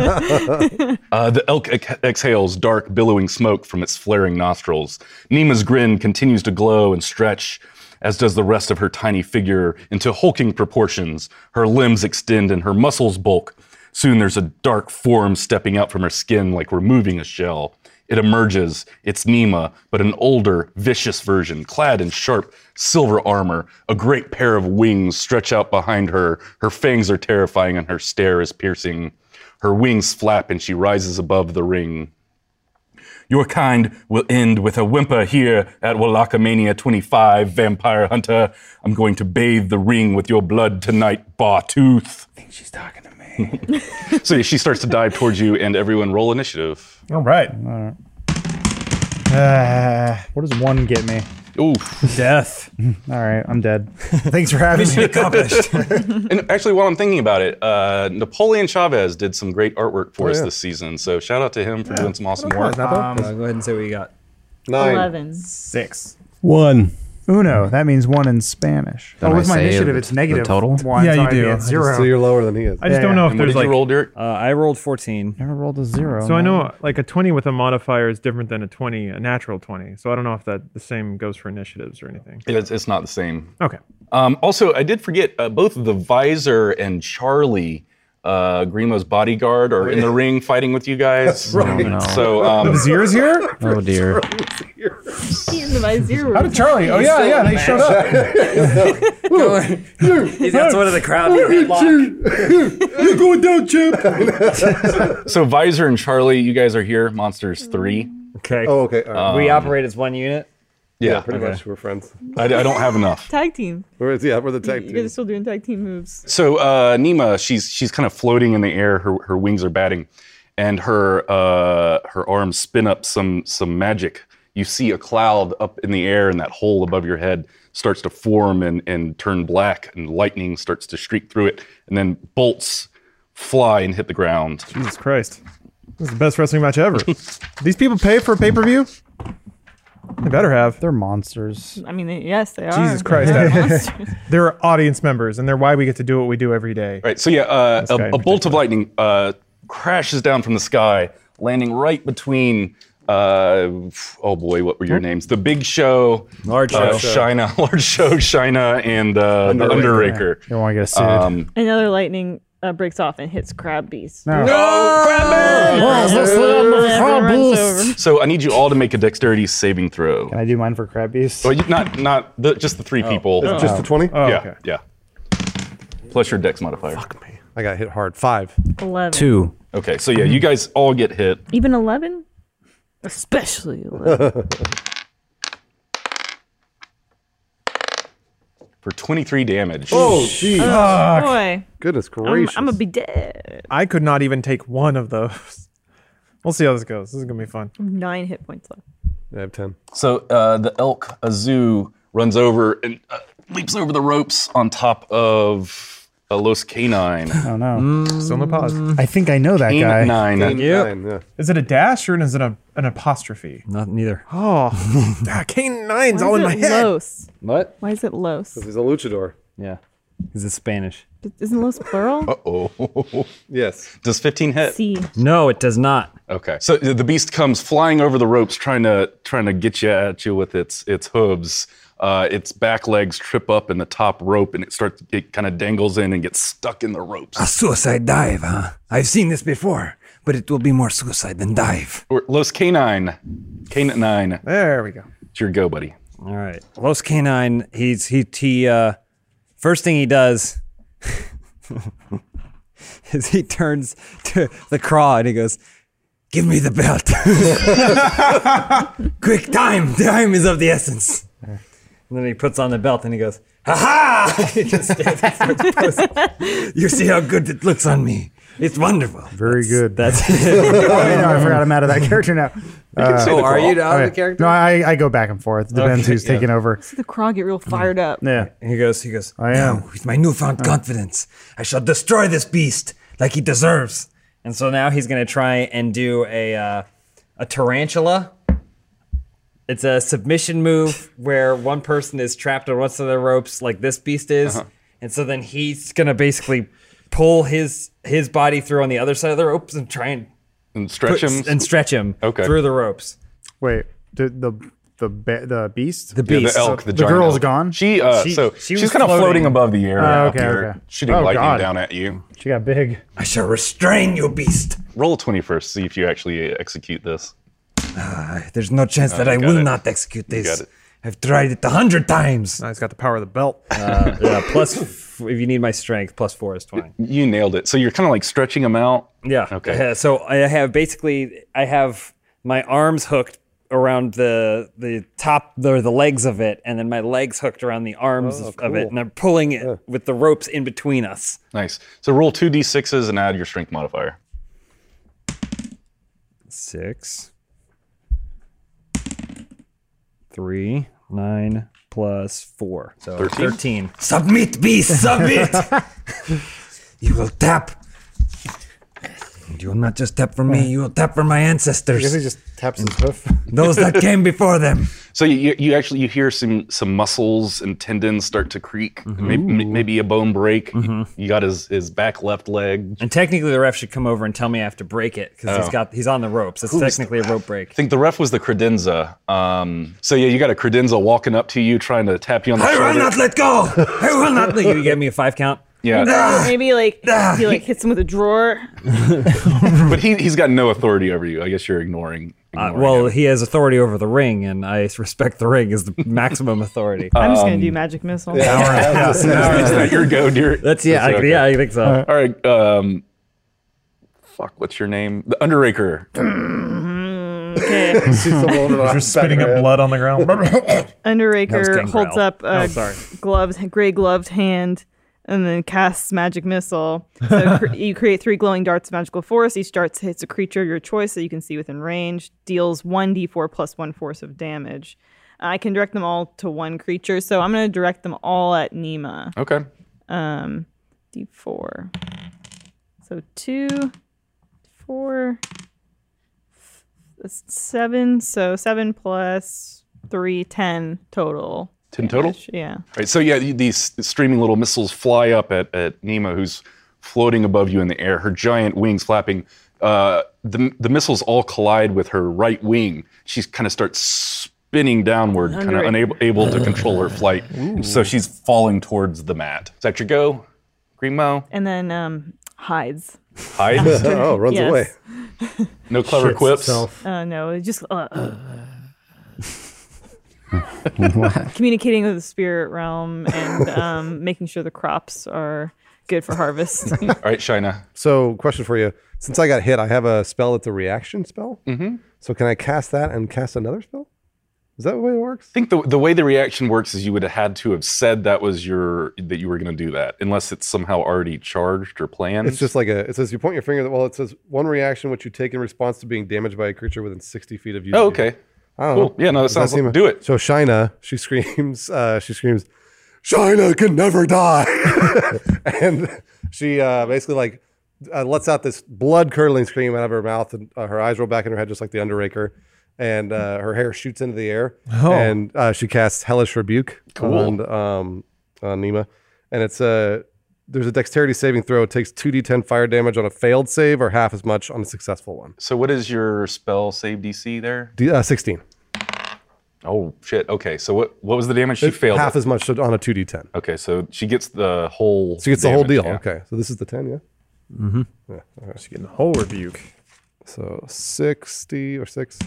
Speaker 1: Uh, the elk ex- exhales dark, billowing smoke from its flaring nostrils. Nima's grin continues to glow and stretch, as does the rest of her tiny figure, into hulking proportions. Her limbs extend and her muscles bulk. Soon there's a dark form stepping out from her skin like removing a shell. It emerges. It's Nima, but an older, vicious version, clad in sharp silver armor. A great pair of wings stretch out behind her. Her fangs are terrifying and her stare is piercing. Her wings flap and she rises above the ring. Your kind will end with a whimper here at Wallakamania 25, Vampire Hunter. I'm going to bathe the ring with your blood tonight, Bartooth. I think she's talking to me. so yeah, she starts to dive towards you, and everyone roll initiative.
Speaker 4: All right.
Speaker 6: Uh, what does one get me?
Speaker 1: Oof.
Speaker 3: Death.
Speaker 6: All right, I'm dead. Thanks for having me.
Speaker 3: Accomplished.
Speaker 1: and actually, while I'm thinking about it, uh, Napoleon Chavez did some great artwork for us this season. So shout out to him for doing some awesome work.
Speaker 3: Um, go ahead and say what you got.
Speaker 2: Nine.
Speaker 5: Eleven.
Speaker 4: Six.
Speaker 9: One.
Speaker 6: Uno. That means one in Spanish.
Speaker 7: Don't
Speaker 6: oh,
Speaker 7: I
Speaker 6: with my
Speaker 7: say
Speaker 6: initiative,
Speaker 7: the-
Speaker 6: it's negative
Speaker 7: the total?
Speaker 6: One,
Speaker 4: Yeah,
Speaker 6: so
Speaker 4: you
Speaker 6: I'd be
Speaker 4: do.
Speaker 6: at
Speaker 4: I just-
Speaker 6: zero.
Speaker 2: So you're lower than he is.
Speaker 4: I just
Speaker 6: Yeah,
Speaker 4: don't
Speaker 6: yeah.
Speaker 4: know if
Speaker 1: And what
Speaker 4: there's
Speaker 1: did
Speaker 4: like.
Speaker 1: you roll, Derek?
Speaker 3: Uh, I rolled 14.
Speaker 6: Never rolled a zero.
Speaker 4: So I know like a 20 with a modifier is different than a 20, a natural 20. So I don't know if that the same goes for initiatives or anything.
Speaker 1: It's, it's not the same.
Speaker 4: Okay.
Speaker 1: Um, also, I did forget uh, both the Visor and Charlie, uh, Greenlow's bodyguard, are in the ring fighting with you guys.
Speaker 2: right.
Speaker 7: No.
Speaker 1: So, um,
Speaker 9: Zero's here?
Speaker 7: Oh dear.
Speaker 5: Into my zero.
Speaker 9: How did Charlie? Oh, yeah, yeah. They showed up.
Speaker 3: He's outside of the crowd.
Speaker 9: You're going down, champ.
Speaker 1: so Visor and Charlie, you guys are here. Monsters three. Um,
Speaker 3: Okay.
Speaker 2: Oh, okay. All right.
Speaker 3: we operate as one unit.
Speaker 1: Yeah,
Speaker 2: pretty much. We're friends.
Speaker 1: I, I don't have enough.
Speaker 5: Tag team.
Speaker 2: We're, yeah, we're the tech
Speaker 5: You guys are
Speaker 2: team.
Speaker 5: still doing tag team moves.
Speaker 1: So uh, Nima, she's she's kind of floating in the air. Her her wings are batting, and her uh, her arms spin up some some magic. You see a cloud up in the air, and that hole above your head starts to form and and turn black, and lightning starts to streak through it, and then bolts fly and hit the ground.
Speaker 4: Jesus Christ. This is the best wrestling match ever. These people pay for a pay-per-view? They better have.
Speaker 6: they're monsters.
Speaker 5: I mean, yes, they are.
Speaker 4: Jesus Christ.
Speaker 5: They're
Speaker 4: Adam.
Speaker 5: monsters.
Speaker 4: They're audience members and they're why we get to do what we do every day.
Speaker 1: Right. So yeah, uh,
Speaker 4: guy
Speaker 1: a,
Speaker 4: in
Speaker 1: a bolt of lightning uh, crashes down from the sky, landing right between. Uh, oh boy, what were your names? The Big Show,
Speaker 3: Large
Speaker 1: uh,
Speaker 3: Show.
Speaker 1: Shina, Large Show, Shina, and uh, the Underraker.
Speaker 6: You don't want to get sued.
Speaker 1: Um,
Speaker 5: Another lightning uh, breaks off and hits crab beast.
Speaker 6: No. Oh,
Speaker 5: Everyone runs over.
Speaker 1: so I need you all to make a dexterity saving throw.
Speaker 6: Can I do mine for crabbies?
Speaker 1: Well, you, not not the, just the three people.
Speaker 2: Oh.
Speaker 1: Um,
Speaker 2: Just the 20?
Speaker 4: Oh,
Speaker 1: yeah,
Speaker 4: okay.
Speaker 1: yeah. Plus your dex modifier.
Speaker 2: I got hit hard. Five.
Speaker 5: Eleven.
Speaker 7: Two.
Speaker 1: Okay, so yeah, you guys all get hit.
Speaker 5: Even eleven? Especially eleven.
Speaker 1: for 23 damage.
Speaker 2: Oh, jeez.
Speaker 5: Boy,
Speaker 2: Goodness
Speaker 5: I'm,
Speaker 2: gracious.
Speaker 5: I'm gonna be dead.
Speaker 4: I could not even take one of those. We'll see how this goes. This is gonna be fun.
Speaker 5: Nine hit points left.
Speaker 2: I have 10.
Speaker 1: So uh, the elk Azu runs over and uh, leaps over the ropes on top of a Los Canine.
Speaker 6: Oh no.
Speaker 2: Mm.
Speaker 4: Still no pause.
Speaker 6: I think I know that guy.
Speaker 1: Canine.
Speaker 2: Nine, yeah.
Speaker 4: Is it a dash or is it a, an apostrophe?
Speaker 3: Not neither.
Speaker 4: Oh, Kane nine's all
Speaker 5: Why
Speaker 4: in
Speaker 5: is
Speaker 4: my
Speaker 5: it
Speaker 4: head.
Speaker 5: Los?
Speaker 3: What?
Speaker 5: Why is it Los?
Speaker 2: He's a luchador.
Speaker 3: Yeah. Is it Spanish?
Speaker 5: Isn't Los plural?
Speaker 1: Oh.
Speaker 2: Yes.
Speaker 1: Does 15 hit?
Speaker 5: C.
Speaker 3: No, it does not.
Speaker 1: Okay. So th- the beast comes flying over the ropes, trying to trying to get you at you with its its hooves. Uh, its back legs trip up in the top rope, and it starts. It kind of dangles in and gets stuck in the ropes.
Speaker 3: suicide dive, huh? I've seen this before, but it will be more suicide than dive.
Speaker 1: Or Los Canine, Canine,
Speaker 4: There we go.
Speaker 1: it's your go, buddy.
Speaker 3: All right. Los Canine, he's he he uh first thing he does is he turns to the craw and he goes, Give me the belt. Quick time. Time is of the essence. And then he puts on the belt and he goes, Ha ha! He just stands in front of the post. You see how good it looks on me. It's wonderful.
Speaker 6: Very good.
Speaker 3: That's it.
Speaker 6: Oh, wait, no, I forgot I'm out of that character now. Uh,
Speaker 3: oh, are you now the
Speaker 6: okay.
Speaker 3: character?
Speaker 6: No, I, I go back and forth. Depends
Speaker 3: Okay,
Speaker 6: who's
Speaker 3: yeah.
Speaker 6: taking over.
Speaker 5: The Krog get real fired up.
Speaker 6: Yeah.
Speaker 3: And he goes, he goes,
Speaker 6: I am.
Speaker 3: "Now, with my newfound confidence, I shall destroy this beast like he deserves. And so now he's gonna try and do a uh, a tarantula. It's a submission move where one person is trapped on one side of the ropes, like this beast is,
Speaker 1: Uh-huh.
Speaker 3: and so then he's gonna basically pull his his body through on the other side of the ropes and try and
Speaker 1: And
Speaker 3: put-
Speaker 1: stretch him.
Speaker 3: and stretch him
Speaker 1: Okay.
Speaker 3: through the ropes.
Speaker 6: Wait. The the the be- the beast.
Speaker 3: The
Speaker 1: Yeah,
Speaker 3: beast.
Speaker 1: the elk, the,
Speaker 6: The
Speaker 1: giant
Speaker 6: girl's
Speaker 1: elk.
Speaker 6: gone?
Speaker 1: She, uh,
Speaker 3: She-
Speaker 1: so
Speaker 3: she
Speaker 1: she's
Speaker 3: was
Speaker 1: kind of floating.
Speaker 3: floating. Ah,
Speaker 1: above the air,
Speaker 6: Oh,
Speaker 1: out
Speaker 6: okay,
Speaker 1: there,
Speaker 6: okay.
Speaker 1: shooting
Speaker 6: Oh,
Speaker 1: lightning
Speaker 6: God.
Speaker 1: down at you.
Speaker 6: She got big.
Speaker 3: I shall restrain you, beast.
Speaker 1: Roll a twenty first, see if you actually execute this.
Speaker 3: Ah,
Speaker 1: Oh,
Speaker 3: There's no chance that I
Speaker 1: Uh, got
Speaker 3: will
Speaker 1: it.
Speaker 3: not execute
Speaker 1: got
Speaker 3: this.
Speaker 1: it.
Speaker 3: I've tried it a hundred times.
Speaker 4: Now he's got the power of the belt.
Speaker 3: Uh, yeah, plus f- if you need my strength, plus four is twenty.
Speaker 1: You nailed it. So you're kind of like stretching him out.
Speaker 3: Yeah.
Speaker 1: Okay.
Speaker 3: Uh, so I have basically I have my arms hooked around the the top the the legs of it, and then my legs hooked around the arms of, of it, and I'm pulling it with the ropes in between us.
Speaker 1: Nice. So roll two d sixes and add your strength modifier.
Speaker 3: Six, three, nine plus four. So
Speaker 1: 13?
Speaker 3: Submit, beast, submit! you will tap. You will not just tap for me, you will tap for my
Speaker 8: guess he
Speaker 3: ancestors.
Speaker 8: just taps his hoof.
Speaker 3: Those that came before them.
Speaker 1: So you- you, you actually you hear some some muscles and tendons start to creak.
Speaker 3: Mm-hmm.
Speaker 1: Maybe, maybe a bone break. You got his his back left leg.
Speaker 3: And technically, the ref should come over and tell me I have to break it because he's got he's on Oh. the ropes. It's technically a rope break.
Speaker 1: I think the ref was the credenza. Um, so yeah, you got a credenza walking up to you, trying to tap you on the
Speaker 3: I will
Speaker 1: shoulder.
Speaker 3: not let go. I will not let you. Give me a five count.
Speaker 1: yeah,
Speaker 5: Maybe like he like hits him with a drawer.
Speaker 1: but he he's got no authority over you. I guess you're ignoring.
Speaker 3: Uh,
Speaker 1: ignoring
Speaker 3: well,
Speaker 1: him.
Speaker 3: he has authority over the ring, and I respect the ring as the maximum authority.
Speaker 5: I'm just gonna
Speaker 1: Um,
Speaker 3: Um,
Speaker 5: do magic missile.
Speaker 1: Is that your go, dear.
Speaker 3: That's yeah, I,
Speaker 1: okay.
Speaker 3: yeah, I think so.
Speaker 1: All right. Um, fuck, what's your name? The Underraker.
Speaker 5: Okay.
Speaker 4: You're spitting up blood on the ground.
Speaker 5: Underaker
Speaker 3: Gangrel.
Speaker 5: holds up a
Speaker 4: sorry.
Speaker 5: gloves, gray gloved hand, and then casts magic missile. So cr- you create three glowing darts of magical force. Each dart hits a creature of your choice that you can see within range. Deals one d4 plus one force of damage. I can direct them all to one creature, so I'm gonna direct them all at Nima.
Speaker 1: Okay.
Speaker 5: d4. So two, four, f- that's seven. So seven plus three, ten total.
Speaker 1: Ten total.
Speaker 5: Yeah.
Speaker 1: Right, so yeah, these streaming little missiles fly up at, at Nima, who's floating above you in the air, her giant wings flapping. Uh, the, the missiles all collide with her right wing. She kind of starts spinning downward, kind of unable able to control her flight. So she's falling towards the mat. Is that your go, Greenmo?
Speaker 5: And then um, hides.
Speaker 1: Hide.
Speaker 2: Oh, runs
Speaker 5: Yes.
Speaker 2: away.
Speaker 1: No clever quips.
Speaker 5: Uh, no, it just uh, communicating with the spirit realm and um, making sure the crops are good for harvest.
Speaker 1: All right, Shina.
Speaker 2: So, question for you. Since I got hit, I have a spell that's a reaction spell. Mm-hmm. So can I cast that and cast another spell? Is that the way it works?
Speaker 1: I think the the way the reaction works is you would have had to have said that was your that you were going to do that, unless it's somehow already charged or planned.
Speaker 2: It's just like a. It says you point your finger. Well, it says one reaction which you take in response to being damaged by a creature within sixty feet of you.
Speaker 1: Oh, okay.
Speaker 2: I don't
Speaker 1: Cool.
Speaker 2: know.
Speaker 1: Yeah, no, that
Speaker 2: Does
Speaker 1: sounds like-
Speaker 2: seem-
Speaker 1: do it.
Speaker 2: So Shina, she screams. Uh, she screams. Shina can never die, and she uh, basically like uh, lets out this blood curdling scream out of her mouth, and uh, her eyes roll back in her head just like the Underaker, and uh, her hair shoots into the air,
Speaker 4: Oh.
Speaker 2: and uh, she casts Hellish Rebuke
Speaker 1: Cool.
Speaker 2: on um, on Nima, and it's a there's a dexterity saving throw. It takes two d10 fire damage on a failed save, or half as much on a successful one.
Speaker 1: so what is your spell save DC there?
Speaker 2: D, uh, Sixteen.
Speaker 1: Oh shit. Okay. So what what was the damage she failed?
Speaker 2: half
Speaker 1: it.
Speaker 2: as much on a two d10.
Speaker 1: okay. So she gets the whole.
Speaker 2: So you get the whole
Speaker 1: damage,
Speaker 2: deal.
Speaker 1: yeah.
Speaker 2: Okay. So this is the 10, yeah? Mm-hmm. Yeah. all right.
Speaker 4: She's getting a whole rebuke.
Speaker 2: So 60 or 6.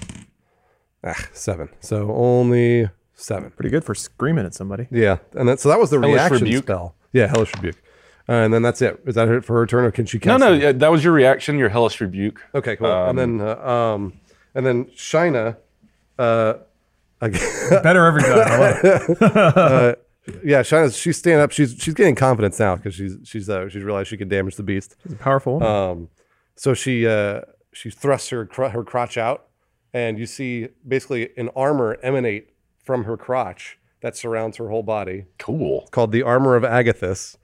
Speaker 2: Ah, 7. So only 7.
Speaker 4: Pretty good for screaming at somebody.
Speaker 2: Yeah. And that, so that was the
Speaker 1: Hellish
Speaker 2: reaction
Speaker 1: Rebuke?
Speaker 2: spell. Yeah, Hellish Rebuke. Uh, and then that's it. Is that it for her turn or can she
Speaker 1: No,
Speaker 2: cast
Speaker 1: no,
Speaker 2: it?
Speaker 1: yeah, that was your reaction, your hellish rebuke.
Speaker 2: Okay, cool. and then uh, um and then Shina uh again, uh,
Speaker 4: Better every time. I love it.
Speaker 2: yeah, Shina's she's standing up. She's she's getting confidence now because she's she's uh, she's realized she can damage the beast.
Speaker 4: It's a powerful woman.
Speaker 2: Um, so she uh, she thrusts her cr- her crotch out, and you see basically an armor emanate from her crotch that surrounds her whole body,
Speaker 1: Cool.
Speaker 2: called the armor of Agathis.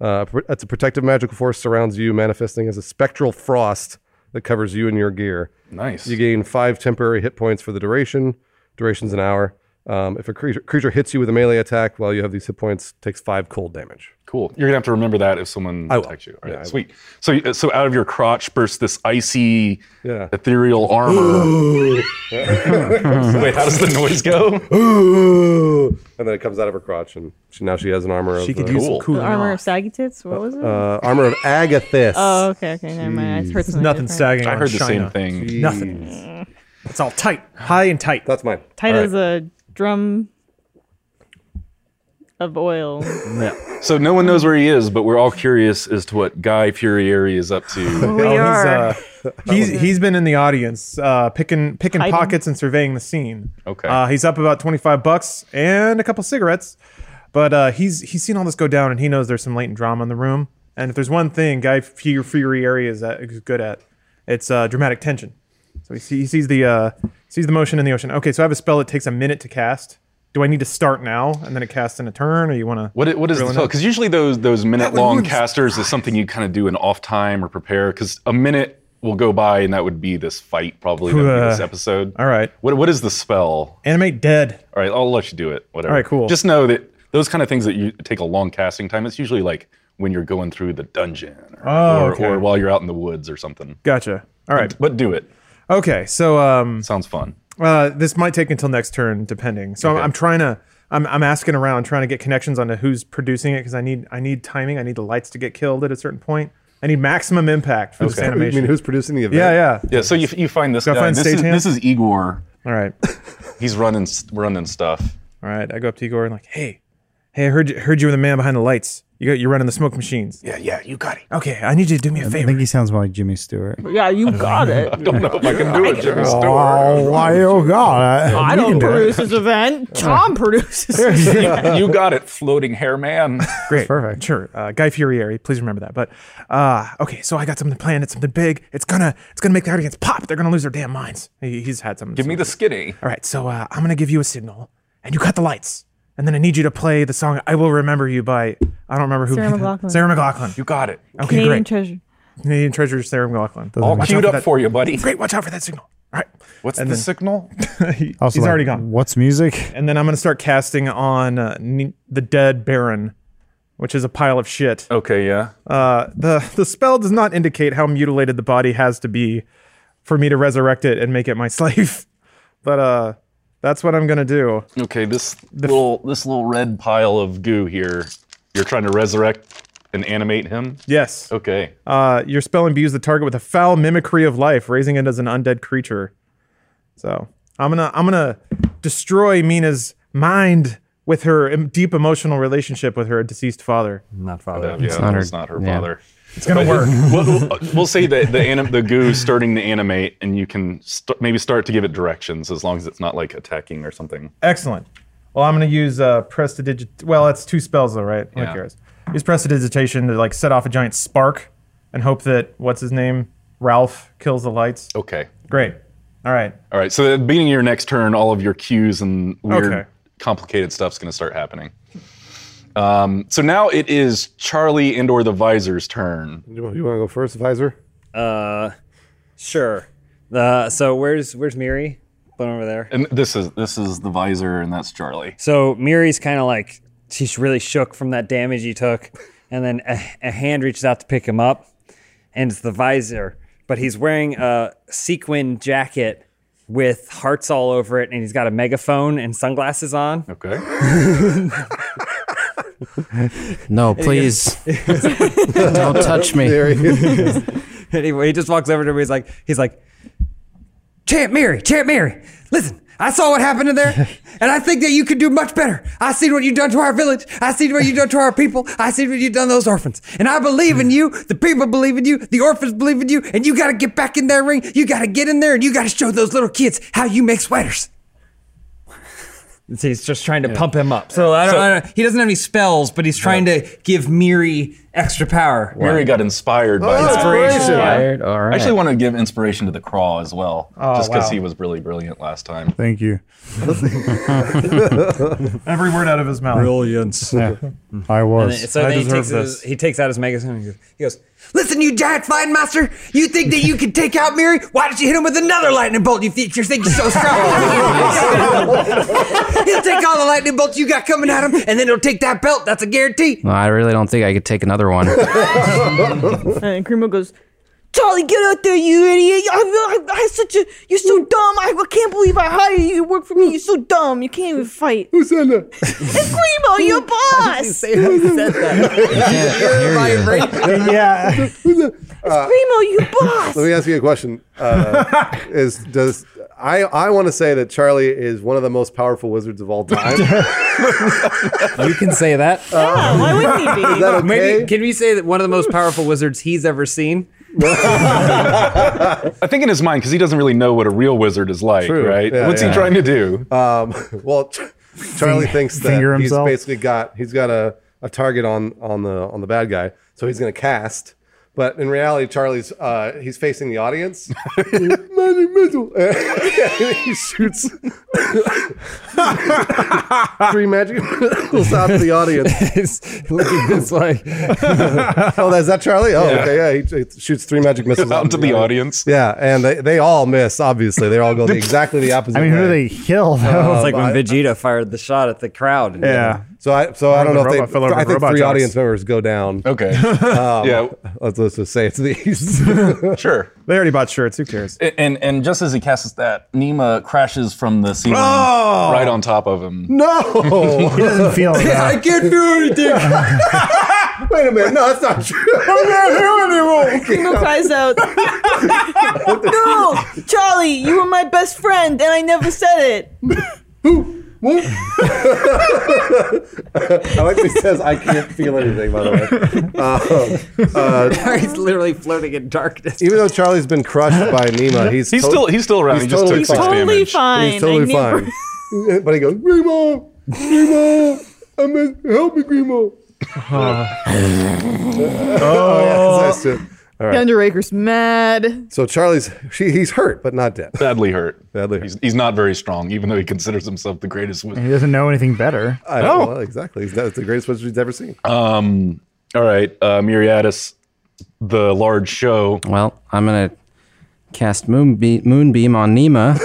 Speaker 2: Uh, pr- it's a protective magical force surrounds you, manifesting as a spectral frost that covers you and your gear.
Speaker 1: Nice.
Speaker 2: You gain five temporary hit points for the duration. Duration's an hour. Um, if a creature, creature hits you with a melee attack while you have these hit points, takes five cold damage.
Speaker 1: Cool. You're gonna have to remember that if someone
Speaker 2: I will.
Speaker 1: attacks you. All
Speaker 2: Yeah,
Speaker 1: right,
Speaker 2: I will.
Speaker 1: sweet. So, uh, so out of your crotch bursts this icy,
Speaker 2: Yeah.
Speaker 1: ethereal
Speaker 2: Uh,
Speaker 1: armor. Wait, how does the noise go?
Speaker 2: Ooh! And then it comes out of her crotch, and she, now she has an armor of
Speaker 4: she could
Speaker 2: uh,
Speaker 4: use some
Speaker 1: Cool.
Speaker 5: The
Speaker 4: cooling
Speaker 5: armor
Speaker 4: off.
Speaker 5: of saggy tits. What was it?
Speaker 2: uh, armor of Agathis.
Speaker 5: oh, okay, okay, never mind. I just heard something.
Speaker 4: Nothing
Speaker 5: different.
Speaker 4: sagging.
Speaker 1: I
Speaker 4: on
Speaker 1: heard the same
Speaker 4: China.
Speaker 1: thing.
Speaker 4: Nothing. It's all tight, high and tight.
Speaker 2: That's mine.
Speaker 5: Tight as a drum of oil.
Speaker 1: So no one knows where he is, but we're all curious as to what Guy Furieri is up to.
Speaker 5: we are.
Speaker 4: Oh, he's, uh, he's he's been in the audience, uh, picking picking
Speaker 5: Hiding.
Speaker 4: pockets and surveying the scene.
Speaker 1: Okay.
Speaker 4: Uh, he's up about twenty five bucks and a couple cigarettes, but uh, he's he's seen all this go down and he knows there's some latent drama in the room. And if there's one thing Guy Fu- Fieri is, at, is good at, it's uh, dramatic tension. So he, see, he sees the uh, sees the motion in the ocean. Okay, so I have a spell that takes a minute to cast. Do I need to start now and then it casts in a turn, or you want to?
Speaker 1: What, i- what is the
Speaker 4: Really
Speaker 1: spell?
Speaker 4: not.
Speaker 1: Because usually those those minute long
Speaker 2: ruin the
Speaker 1: casters is something you kind of do in off time or prepare. Because a minute will go by, and that would be this fight probably. That would be this
Speaker 4: Uh,
Speaker 1: episode.
Speaker 4: All right,
Speaker 1: What what is the spell?
Speaker 4: animate dead.
Speaker 1: All right, I'll let you do it. Whatever.
Speaker 4: All right, cool.
Speaker 1: Just know that those kind of things that you take a long casting time. It's usually like when you're going through the dungeon, or,
Speaker 4: Oh,
Speaker 1: or,
Speaker 4: okay.
Speaker 1: or while you're out in the woods or something.
Speaker 4: Gotcha. All right.
Speaker 1: But do it.
Speaker 4: Okay. So um,
Speaker 1: Sounds fun.
Speaker 4: Uh, this might take until next turn, depending. So I'm, I'm trying to, I'm, I'm asking around, trying to get connections onto who's producing it because I need, I need timing. I need the lights to get killed at a certain point. I need maximum impact for this
Speaker 1: Okay.
Speaker 2: I
Speaker 4: animation.
Speaker 2: mean, who's producing the event?
Speaker 4: yeah, yeah.
Speaker 1: Yeah. So you, you find this
Speaker 4: Do I
Speaker 1: guy.
Speaker 4: find
Speaker 1: this, is,
Speaker 4: stagehand?
Speaker 1: this is Igor.
Speaker 4: All right,
Speaker 1: He's running running stuff.
Speaker 4: all right. I go up to Igor and like, hey, hey, I heard, you, heard you were the man behind the lights. You got, you're running the smoke machines.
Speaker 1: Yeah, yeah, you got it.
Speaker 4: Okay, I need you to do me a
Speaker 8: I
Speaker 4: favor.
Speaker 8: think he sounds more like Jimmy Stewart.
Speaker 5: yeah, you got it.
Speaker 1: Don't know if I can do it, Jimmy Stewart.
Speaker 8: Oh, why, oh
Speaker 2: Uh,
Speaker 8: God.
Speaker 5: I don't produce this event. Tom produces. this event.
Speaker 1: you got it, floating hair man.
Speaker 4: Great,
Speaker 8: perfect.
Speaker 4: Sure, uh, Guy Fierieri. Please remember that. But uh, okay, so I got something planned. It's something big. It's gonna, it's gonna make the audience pop. They're gonna lose their damn minds. He, he's had something.
Speaker 1: Give me the skinny.
Speaker 4: All right, so uh, I'm gonna give you a signal, and you cut the lights, and then I need you to play the song "I Will Remember You" by I don't remember who.
Speaker 5: Sarah
Speaker 4: made that.
Speaker 5: McLachlan.
Speaker 4: Sarah McLaughlin.
Speaker 1: You got it.
Speaker 4: Okay,
Speaker 5: Canadian
Speaker 4: great.
Speaker 5: treasure.
Speaker 4: Canadian Treasure Sarah McLaughlin.
Speaker 1: All
Speaker 4: Watch out
Speaker 1: queued
Speaker 4: for
Speaker 1: up
Speaker 4: that-
Speaker 1: for you, buddy.
Speaker 4: Great, watch out for that signal. All right,
Speaker 1: What's
Speaker 4: And
Speaker 1: the
Speaker 4: then-
Speaker 1: signal?
Speaker 4: He-
Speaker 8: Also
Speaker 4: he's
Speaker 8: like,
Speaker 4: already gone.
Speaker 8: What's music?
Speaker 4: And then I'm gonna start casting on uh, ne- the dead Baron, which is a pile of shit.
Speaker 1: Okay, yeah.
Speaker 4: Uh, the the spell does not indicate how mutilated the body has to be for me to resurrect it and make it my slave, but uh, that's what I'm gonna do.
Speaker 1: Okay, this little this little red pile of goo here. You're trying to resurrect and animate him.
Speaker 4: Yes.
Speaker 1: Okay.
Speaker 4: Uh, your spell imbues the target with a foul mimicry of life, raising it as an undead creature. So I'm gonna I'm gonna destroy Mina's mind with her em- deep emotional relationship with her deceased father.
Speaker 3: Not
Speaker 1: yeah,
Speaker 3: father.
Speaker 1: it's
Speaker 7: not her-
Speaker 1: not her
Speaker 7: yeah.
Speaker 1: father.
Speaker 4: It's gonna
Speaker 1: But-
Speaker 4: work.
Speaker 1: we'll, we'll- we'll say that the anim- the goo is starting to animate, and you can st- maybe start to give it directions as long as it's not like attacking or something.
Speaker 4: Excellent. Well, I'm gonna use uh, prestidigit. Well, that's two spells though, right? Who
Speaker 1: Yeah.
Speaker 4: cares? Use prestidigitation to like set off a giant spark and hope that what's his name Ralph kills the lights.
Speaker 1: Okay.
Speaker 4: Great. All right.
Speaker 1: All right. So at the beginning of your next turn, all of your cues and weird,
Speaker 4: Okay.
Speaker 1: complicated stuff's going to start happening. Um, so now it is Charlie and/or the Visor's turn.
Speaker 2: You want to go first, Visor?
Speaker 3: Uh, sure. Uh, so where's where's Miri? Put over there.
Speaker 1: And this is this is the Visor, and that's Charlie.
Speaker 3: So Miri's kind of like she's really shook from that damage he took, and then a, a hand reaches out to pick him up, and it's the visor. But he's wearing a sequin jacket with hearts all over it, and he's got a megaphone and sunglasses on.
Speaker 1: Okay.
Speaker 7: Oh, No, please. Don't touch me.
Speaker 3: anyway, he just walks over to me. He's like, he's like, Chant Mary, Chant Mary, listen. I saw what happened in there, and I think that you could do much better. I seen what you done to our village. I seen what you done to our people. I seen what you done to those orphans. And I believe in you. The people believe in you. The orphans believe in you. And you got to get back in that ring. You got to get in there, and you got to show those little kids how you make sweaters. He's just trying to pump him up. So, I don't, I don't- he doesn't have any spells, but he's trying to give Miri extra power.
Speaker 1: Mary got inspired
Speaker 4: Oh,
Speaker 1: by that.
Speaker 7: Fired. All
Speaker 1: I
Speaker 7: right.
Speaker 1: actually want to give inspiration to the Craw as well, just because
Speaker 4: Oh, wow.
Speaker 1: he was really brilliant last time.
Speaker 6: Thank you.
Speaker 4: Every word out of his mouth.
Speaker 3: Brilliance.
Speaker 6: Yeah, I
Speaker 3: And then-
Speaker 6: was.
Speaker 3: so
Speaker 4: I
Speaker 3: then he
Speaker 4: deserve
Speaker 3: takes, his,
Speaker 4: this.
Speaker 3: he takes out his megaphone and he goes, he goes, Listen, you giant flying monster, you think that you can take out Miri? Why don't you hit him with another lightning bolt? You think you think you're so strong. he'll take all the lightning bolts you got coming at him, and then he'll take that belt. That's a guarantee.
Speaker 7: No, I really don't think I could take another one.
Speaker 5: And Krimo goes, Charlie, get out there, you idiot! I, I, I had such a, you're so dumb. I, I can't believe I hired you. You work for me. You're so dumb. You can't even fight.
Speaker 2: Who said that?
Speaker 5: Krimo, your boss.
Speaker 6: yeah.
Speaker 5: Krimo, your boss.
Speaker 2: Let me ask you a question. Uh, is does I I want to say that Charlie is one of the most powerful wizards of all time. is
Speaker 3: You can say that.
Speaker 5: Yeah, why wouldn't he be?
Speaker 2: that okay?
Speaker 3: "Ah." can we say that one of the most powerful wizards he's ever seen?
Speaker 1: I think in his mind, because he doesn't really know what a real wizard is like,
Speaker 2: True.
Speaker 1: right?
Speaker 2: Yeah,
Speaker 1: What's
Speaker 2: yeah.
Speaker 1: he trying to do?
Speaker 2: Um, well, Ch- Charlie thinks that
Speaker 6: Finger
Speaker 2: he's
Speaker 6: himself?
Speaker 2: basically got he's got a, a target on on the on the bad guy, so he's gonna cast. But in reality, Charlie's uh, he's facing the audience. Magic missile. he shoots three magic missiles out to the audience.
Speaker 3: Look at this like
Speaker 2: Oh, that's that Charlie. Oh, okay, yeah, he, he shoots three magic missiles
Speaker 1: Out into the audience.
Speaker 2: Yeah, and they, they all miss. Obviously, they all go the, exactly the opposite.
Speaker 6: I mean, who do
Speaker 2: way. Uh,
Speaker 6: they kill though?
Speaker 3: like when Vegeta fired the shot at the crowd.
Speaker 6: yeah.
Speaker 2: So I so I don't know
Speaker 4: the
Speaker 2: if they.
Speaker 4: robot fell over
Speaker 2: I think
Speaker 4: robot
Speaker 2: three
Speaker 4: jocks.
Speaker 2: audience members go down. Um,
Speaker 1: Okay. yeah,
Speaker 2: Let's, let's just say it's these.
Speaker 1: sure.
Speaker 4: They already bought shirts. Who cares?
Speaker 1: A- And and just as he casts that, Nima crashes from the ceiling
Speaker 2: Oh!
Speaker 1: right on top of him.
Speaker 2: no,
Speaker 6: He doesn't feel it. though.
Speaker 3: I can't do anything.
Speaker 2: wait a minute. No, that's not true.
Speaker 5: Krimo cries out, No, Charlie, you were my best friend, and I never said it.
Speaker 2: I like that he says I can't feel anything. By the way,
Speaker 4: Um,
Speaker 3: he's literally floating in darkness.
Speaker 2: even though Charlie's been crushed by Nima, he's
Speaker 1: He's
Speaker 2: to-
Speaker 1: still he's still around.
Speaker 2: he's
Speaker 1: he just
Speaker 2: totally
Speaker 1: took six
Speaker 5: Totally fine.
Speaker 1: damage.
Speaker 2: fine. he's
Speaker 5: I
Speaker 2: totally
Speaker 5: never-
Speaker 2: fine. but he goes, Grimo, Grimo, I'm in, help me, Grimo. oh, yeah, that's nice too.
Speaker 5: Underaker's mad.
Speaker 2: So Charlie's she, he's hurt but not dead.
Speaker 1: Badly hurt.
Speaker 2: Badly
Speaker 1: He's,
Speaker 2: hurt.
Speaker 1: he's not very strong, even though he considers himself the greatest wizard.
Speaker 6: He doesn't know anything better.
Speaker 2: I
Speaker 1: Oh.
Speaker 2: don't know exactly. He's, that's the greatest wizard he's ever seen.
Speaker 1: Um. All right, uh, Muriatis, the large show.
Speaker 7: well, I'm gonna cast moonbe- moonbeam on Nima.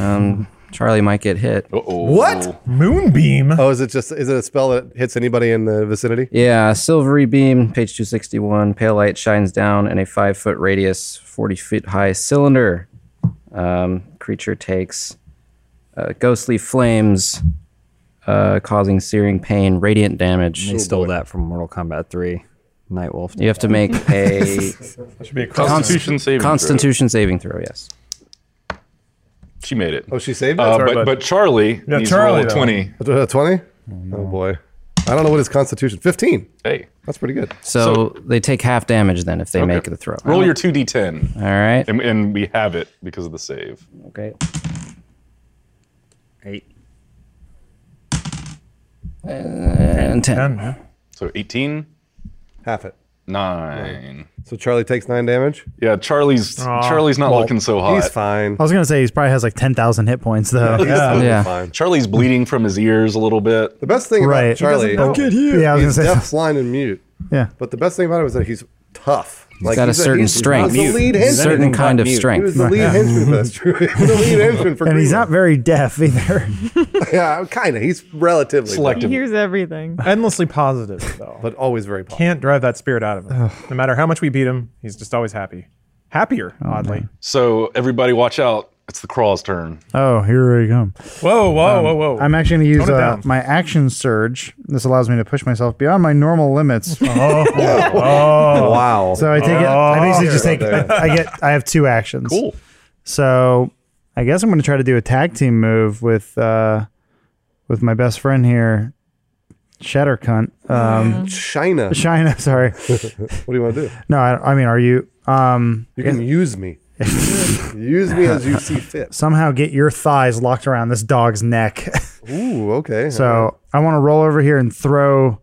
Speaker 7: um, Charlie might get hit.
Speaker 1: Uh-oh.
Speaker 2: What?
Speaker 4: Moonbeam.
Speaker 2: Oh, is it just is it a spell that hits anybody in the vicinity?
Speaker 7: Yeah, silvery beam, page 261. Pale light shines down in a five foot radius, 40 feet high cylinder. Um, creature takes uh, ghostly flames, uh, causing searing pain, radiant damage.
Speaker 3: They stole that from Mortal Kombat 3. Nightwolf.
Speaker 7: You have to make a
Speaker 4: That should be a cross.
Speaker 1: Constitution saving. throw.
Speaker 7: Constitution saving throw, yes.
Speaker 1: She made it.
Speaker 2: Oh, she saved
Speaker 1: Uh,
Speaker 2: it.
Speaker 1: but,
Speaker 4: bud.
Speaker 1: but Charlie
Speaker 4: Yeah,
Speaker 1: needs
Speaker 4: Charlie,
Speaker 1: to roll a
Speaker 4: though.
Speaker 1: 20.
Speaker 2: Twenty. Oh, boy. I don't know what his constitution. Fifteen.
Speaker 1: Hey,
Speaker 2: That's pretty good.
Speaker 7: So, they take half damage then if they make the throw.
Speaker 1: roll your 2d10,
Speaker 7: All right.
Speaker 1: and, and we have it because of the save.
Speaker 7: Okay.
Speaker 3: Eight.
Speaker 9: Uh,
Speaker 7: And 10.
Speaker 4: Ten, huh?
Speaker 1: So 18,
Speaker 2: Half it.
Speaker 1: nine.
Speaker 2: So Charlie takes nine damage.
Speaker 1: Yeah, Charlie's Charlie's not looking so hot.
Speaker 2: He's fine.
Speaker 6: I was gonna say he probably has like ten thousand hit points though.
Speaker 2: He's
Speaker 7: Yeah.
Speaker 2: fine.
Speaker 1: Charlie's bleeding from his ears a little bit.
Speaker 2: The best thing
Speaker 6: Right. He
Speaker 2: about Charlie,
Speaker 6: doesn't know. Get here. Yeah, I was
Speaker 2: he's
Speaker 6: gonna say-
Speaker 2: deaf, blind, and mute.
Speaker 6: yeah.
Speaker 2: But the best thing about him is that he's tough. Like,
Speaker 7: got a
Speaker 2: he's
Speaker 7: certain
Speaker 2: he's-
Speaker 7: strength.
Speaker 2: He was the lead
Speaker 7: A
Speaker 2: henchman.
Speaker 7: certain kind of
Speaker 2: He was
Speaker 7: strength.
Speaker 2: the lead henchman for this. True. He was the lead henchman for.
Speaker 6: And he's not
Speaker 2: Greenland.
Speaker 6: very deaf either.
Speaker 2: Yeah, kind of. He's relatively
Speaker 5: He
Speaker 1: Selective.
Speaker 5: hears deaf, everything.
Speaker 4: Endlessly positive though.
Speaker 2: but always very positive.
Speaker 4: Can't drive that spirit out of him. No matter how much we beat him, he's just always happy. Happier,
Speaker 6: Oh,
Speaker 1: Oh,
Speaker 4: oddly.
Speaker 1: So everybody, watch out! It's the craw's turn.
Speaker 6: Oh, here we come. Um,
Speaker 4: Whoa, whoa, whoa, whoa.
Speaker 6: I'm actually going to use
Speaker 4: Tone it
Speaker 6: uh,
Speaker 4: down.
Speaker 6: my action surge. This allows me to push myself beyond my normal limits.
Speaker 4: Oh,
Speaker 2: Wow.
Speaker 6: So I take it. I basically just take.
Speaker 2: Okay.
Speaker 6: I get. I have two actions.
Speaker 1: Cool.
Speaker 6: So I guess I'm going to try to do a tag team move with uh, with my best friend here, Shatter Cunt. Um,
Speaker 2: China.
Speaker 6: China. Sorry.
Speaker 2: Mm. What do you want to do?
Speaker 6: No, I, I mean, are you? Um,
Speaker 2: You can use me. use me as you see fit.
Speaker 6: somehow get your thighs locked around this dog's neck.
Speaker 2: Ooh, okay.
Speaker 6: so I want to roll over here and throw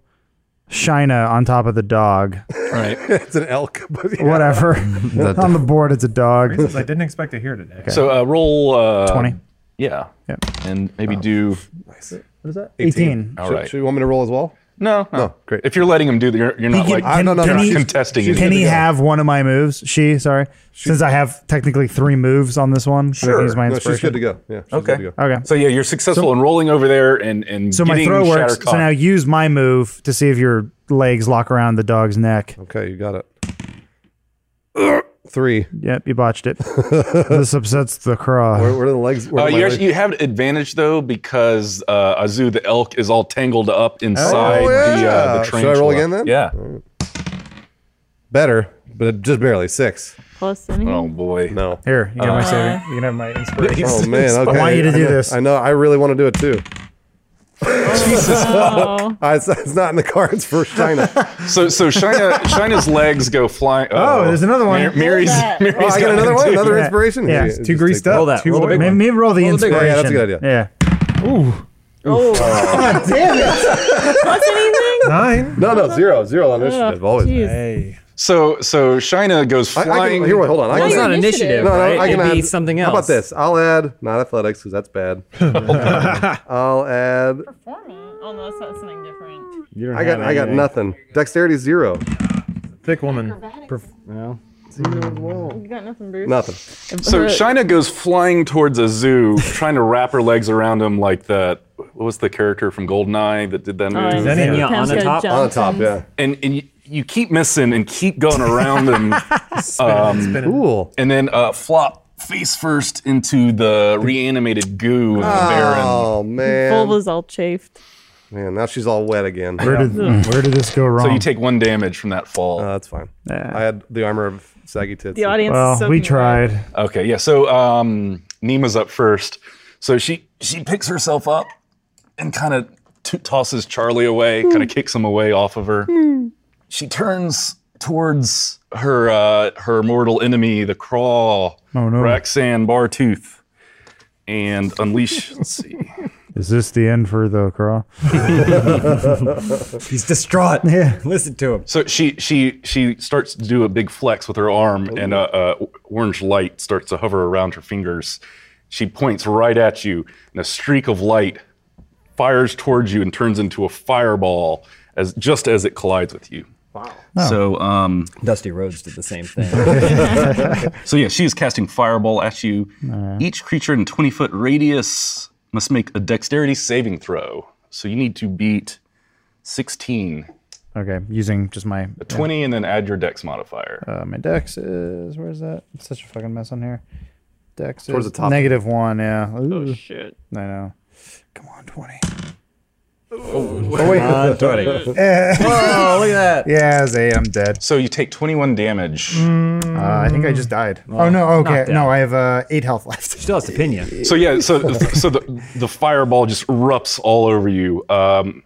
Speaker 6: China on top of the dog.
Speaker 1: All right.
Speaker 2: it's an elk. But yeah.
Speaker 6: Whatever.
Speaker 7: The-
Speaker 6: on the board, it's a dog.
Speaker 4: Reasons I didn't expect to hear today.
Speaker 1: So uh, roll uh,
Speaker 6: 20.
Speaker 1: Yeah.
Speaker 6: Yep.
Speaker 1: And
Speaker 2: Oh.
Speaker 1: maybe do.
Speaker 6: What is that?
Speaker 2: 18.
Speaker 6: 18.
Speaker 1: All
Speaker 2: Should,
Speaker 1: right.
Speaker 2: should you want me to roll as well?
Speaker 1: No, no.
Speaker 2: great.
Speaker 1: If you're letting him do that, you're, you're not
Speaker 6: Oh, He
Speaker 1: like
Speaker 6: can-
Speaker 2: Ah, no, no,
Speaker 1: you're
Speaker 2: no,
Speaker 1: not
Speaker 2: she's-
Speaker 1: contesting
Speaker 2: she's
Speaker 1: it.
Speaker 6: Can he
Speaker 2: go.
Speaker 6: have one of my moves? She, sorry. Since I have technically three moves on this one, should I
Speaker 1: Sure.
Speaker 6: use my
Speaker 2: No, she's
Speaker 6: inspiration?
Speaker 2: good to go. Yeah. She's
Speaker 1: Okay.
Speaker 2: Good to go.
Speaker 6: Okay.
Speaker 1: So yeah, you're successful in rolling over there and and
Speaker 6: So my
Speaker 1: getting
Speaker 6: throw works.
Speaker 1: Shattercock.
Speaker 6: So now use my move to see if your legs lock around the dog's neck.
Speaker 2: Okay, you got it. Three.
Speaker 6: Yep, you botched it. this upsets the
Speaker 2: Where,
Speaker 6: craw.
Speaker 2: where are the legs? Where
Speaker 1: Uh,
Speaker 2: are my
Speaker 1: you,
Speaker 2: legs?
Speaker 1: actually, you have an advantage though because uh, Azu the elk is all tangled up inside
Speaker 2: Oh,
Speaker 1: the uh,
Speaker 2: yeah.
Speaker 1: the
Speaker 2: Should I
Speaker 1: tarantula.
Speaker 2: roll again then?
Speaker 1: Yeah.
Speaker 2: Better, but just barely. Six.
Speaker 5: Plus anything.
Speaker 1: Oh boy. Uh,
Speaker 2: No.
Speaker 6: Here, you can have my saving. You can have my inspiration.
Speaker 2: Oh, man. Okay.
Speaker 6: I want you to do
Speaker 2: know-
Speaker 6: this.
Speaker 2: I know. I really want to do it too.
Speaker 5: Oh.
Speaker 2: Uh, it's, it's not in the cards for China.
Speaker 1: So so Shina Shina's legs go flying.
Speaker 6: Oh, there's another one.
Speaker 1: Mar- Mary's,
Speaker 5: that?
Speaker 1: Mary's
Speaker 2: Oh, I
Speaker 1: got
Speaker 2: got another one. Another
Speaker 6: Yeah.
Speaker 2: inspiration.
Speaker 6: Yeah,
Speaker 2: Maybe
Speaker 6: it's
Speaker 2: it
Speaker 4: Too
Speaker 2: just
Speaker 4: greased
Speaker 2: takes-
Speaker 4: up.
Speaker 3: Roll that,
Speaker 4: Too
Speaker 3: roll the
Speaker 4: big
Speaker 3: big
Speaker 6: Maybe, maybe roll the
Speaker 3: big one.
Speaker 6: inspiration.
Speaker 2: Yeah, that's a good idea.
Speaker 6: Yeah.
Speaker 5: Oh. Plus anything?
Speaker 4: Nine.
Speaker 2: No, no, zero, zero on initiative.
Speaker 5: Oh,
Speaker 2: Always.
Speaker 5: jeez.
Speaker 4: Hey.
Speaker 1: So so Shina goes
Speaker 2: I, I
Speaker 1: flying.
Speaker 2: can, here, wait, hold on. I
Speaker 3: Well, it's
Speaker 2: can,
Speaker 3: not
Speaker 5: an initiative.
Speaker 3: initiative,
Speaker 2: no, no,
Speaker 3: right?
Speaker 2: I can
Speaker 3: It'd
Speaker 2: add
Speaker 3: be something else.
Speaker 2: How about this? I'll add not athletics because that's bad. I'll add.
Speaker 5: Performance? Oh no, that's not something different.
Speaker 3: You don't
Speaker 2: I got.
Speaker 3: have
Speaker 2: I got
Speaker 3: anything.
Speaker 2: nothing. Dexterity zero.
Speaker 4: Thick woman.
Speaker 3: Well,
Speaker 5: You got nothing, Bruce.
Speaker 2: Nothing.
Speaker 1: So
Speaker 9: Uh,
Speaker 5: Her-
Speaker 1: Shina goes flying towards a zoo, trying to wrap her legs around him like that. What was the character from Goldeneye that did that
Speaker 5: Oh,
Speaker 1: move?
Speaker 5: yeah.
Speaker 3: Xenia on the
Speaker 5: Pam's got
Speaker 3: top.
Speaker 2: On the top.
Speaker 5: Johnson's.
Speaker 2: Yeah.
Speaker 1: and and you, you keep missing and keep going around and
Speaker 2: Cool.
Speaker 1: and then uh, flop face first into the reanimated goo of the Baron.
Speaker 2: Oh man.
Speaker 5: Vulva's all chafed.
Speaker 2: Man, now she's all wet again.
Speaker 6: Where did Hmm. where did this go wrong?
Speaker 1: So you take one damage from that fall.
Speaker 2: Uh, that's fine.
Speaker 6: Yeah.
Speaker 2: I had the armor of saggy tits.
Speaker 5: The audience. is
Speaker 6: well,
Speaker 5: soaking
Speaker 6: we
Speaker 5: wet.
Speaker 6: tried.
Speaker 1: okay, yeah. So um, Nima's up first. So she she picks herself up and kind of to tosses Charlie
Speaker 5: Hmm.
Speaker 1: away, kind of kicks him away off of her. She turns towards her uh, her mortal enemy, the Craw,
Speaker 6: Oh, no.
Speaker 1: Raxan Bartooth, and unleash. let's see.
Speaker 6: Is this the end for the craw?
Speaker 3: He's distraught.
Speaker 6: Yeah.
Speaker 3: Listen to him.
Speaker 1: So she she she starts to do a big flex with her arm, and a, a orange light starts to hover around her fingers. She points right at you, and a streak of light fires towards you and turns into a fireball as just as it collides with you. Wow. So um
Speaker 3: Dusty Rhodes did the same thing.
Speaker 1: so yeah, she is casting fireball at you. Each creature in twenty foot radius must make a dexterity saving throw. So you need to beat sixteen.
Speaker 6: Okay, using just my
Speaker 1: 20 and then add your dex modifier.
Speaker 6: uh, my dex is where's that? It's such a fucking mess on here. Dex
Speaker 2: Towards
Speaker 6: is
Speaker 2: the top.
Speaker 6: negative one. Yeah. Ooh,
Speaker 5: Shit.
Speaker 6: I know. Come on, twenty.
Speaker 2: Oh,
Speaker 3: On 20. oh, look at that.
Speaker 6: Yeah, Zay, I'm dead.
Speaker 1: so you take 21 damage.
Speaker 6: Uh, I think I just died. oh no. Okay. No, I have uh, eight health left.
Speaker 3: Still has opinion.
Speaker 1: So yeah, so so the the fireball just erupts all over you. Um,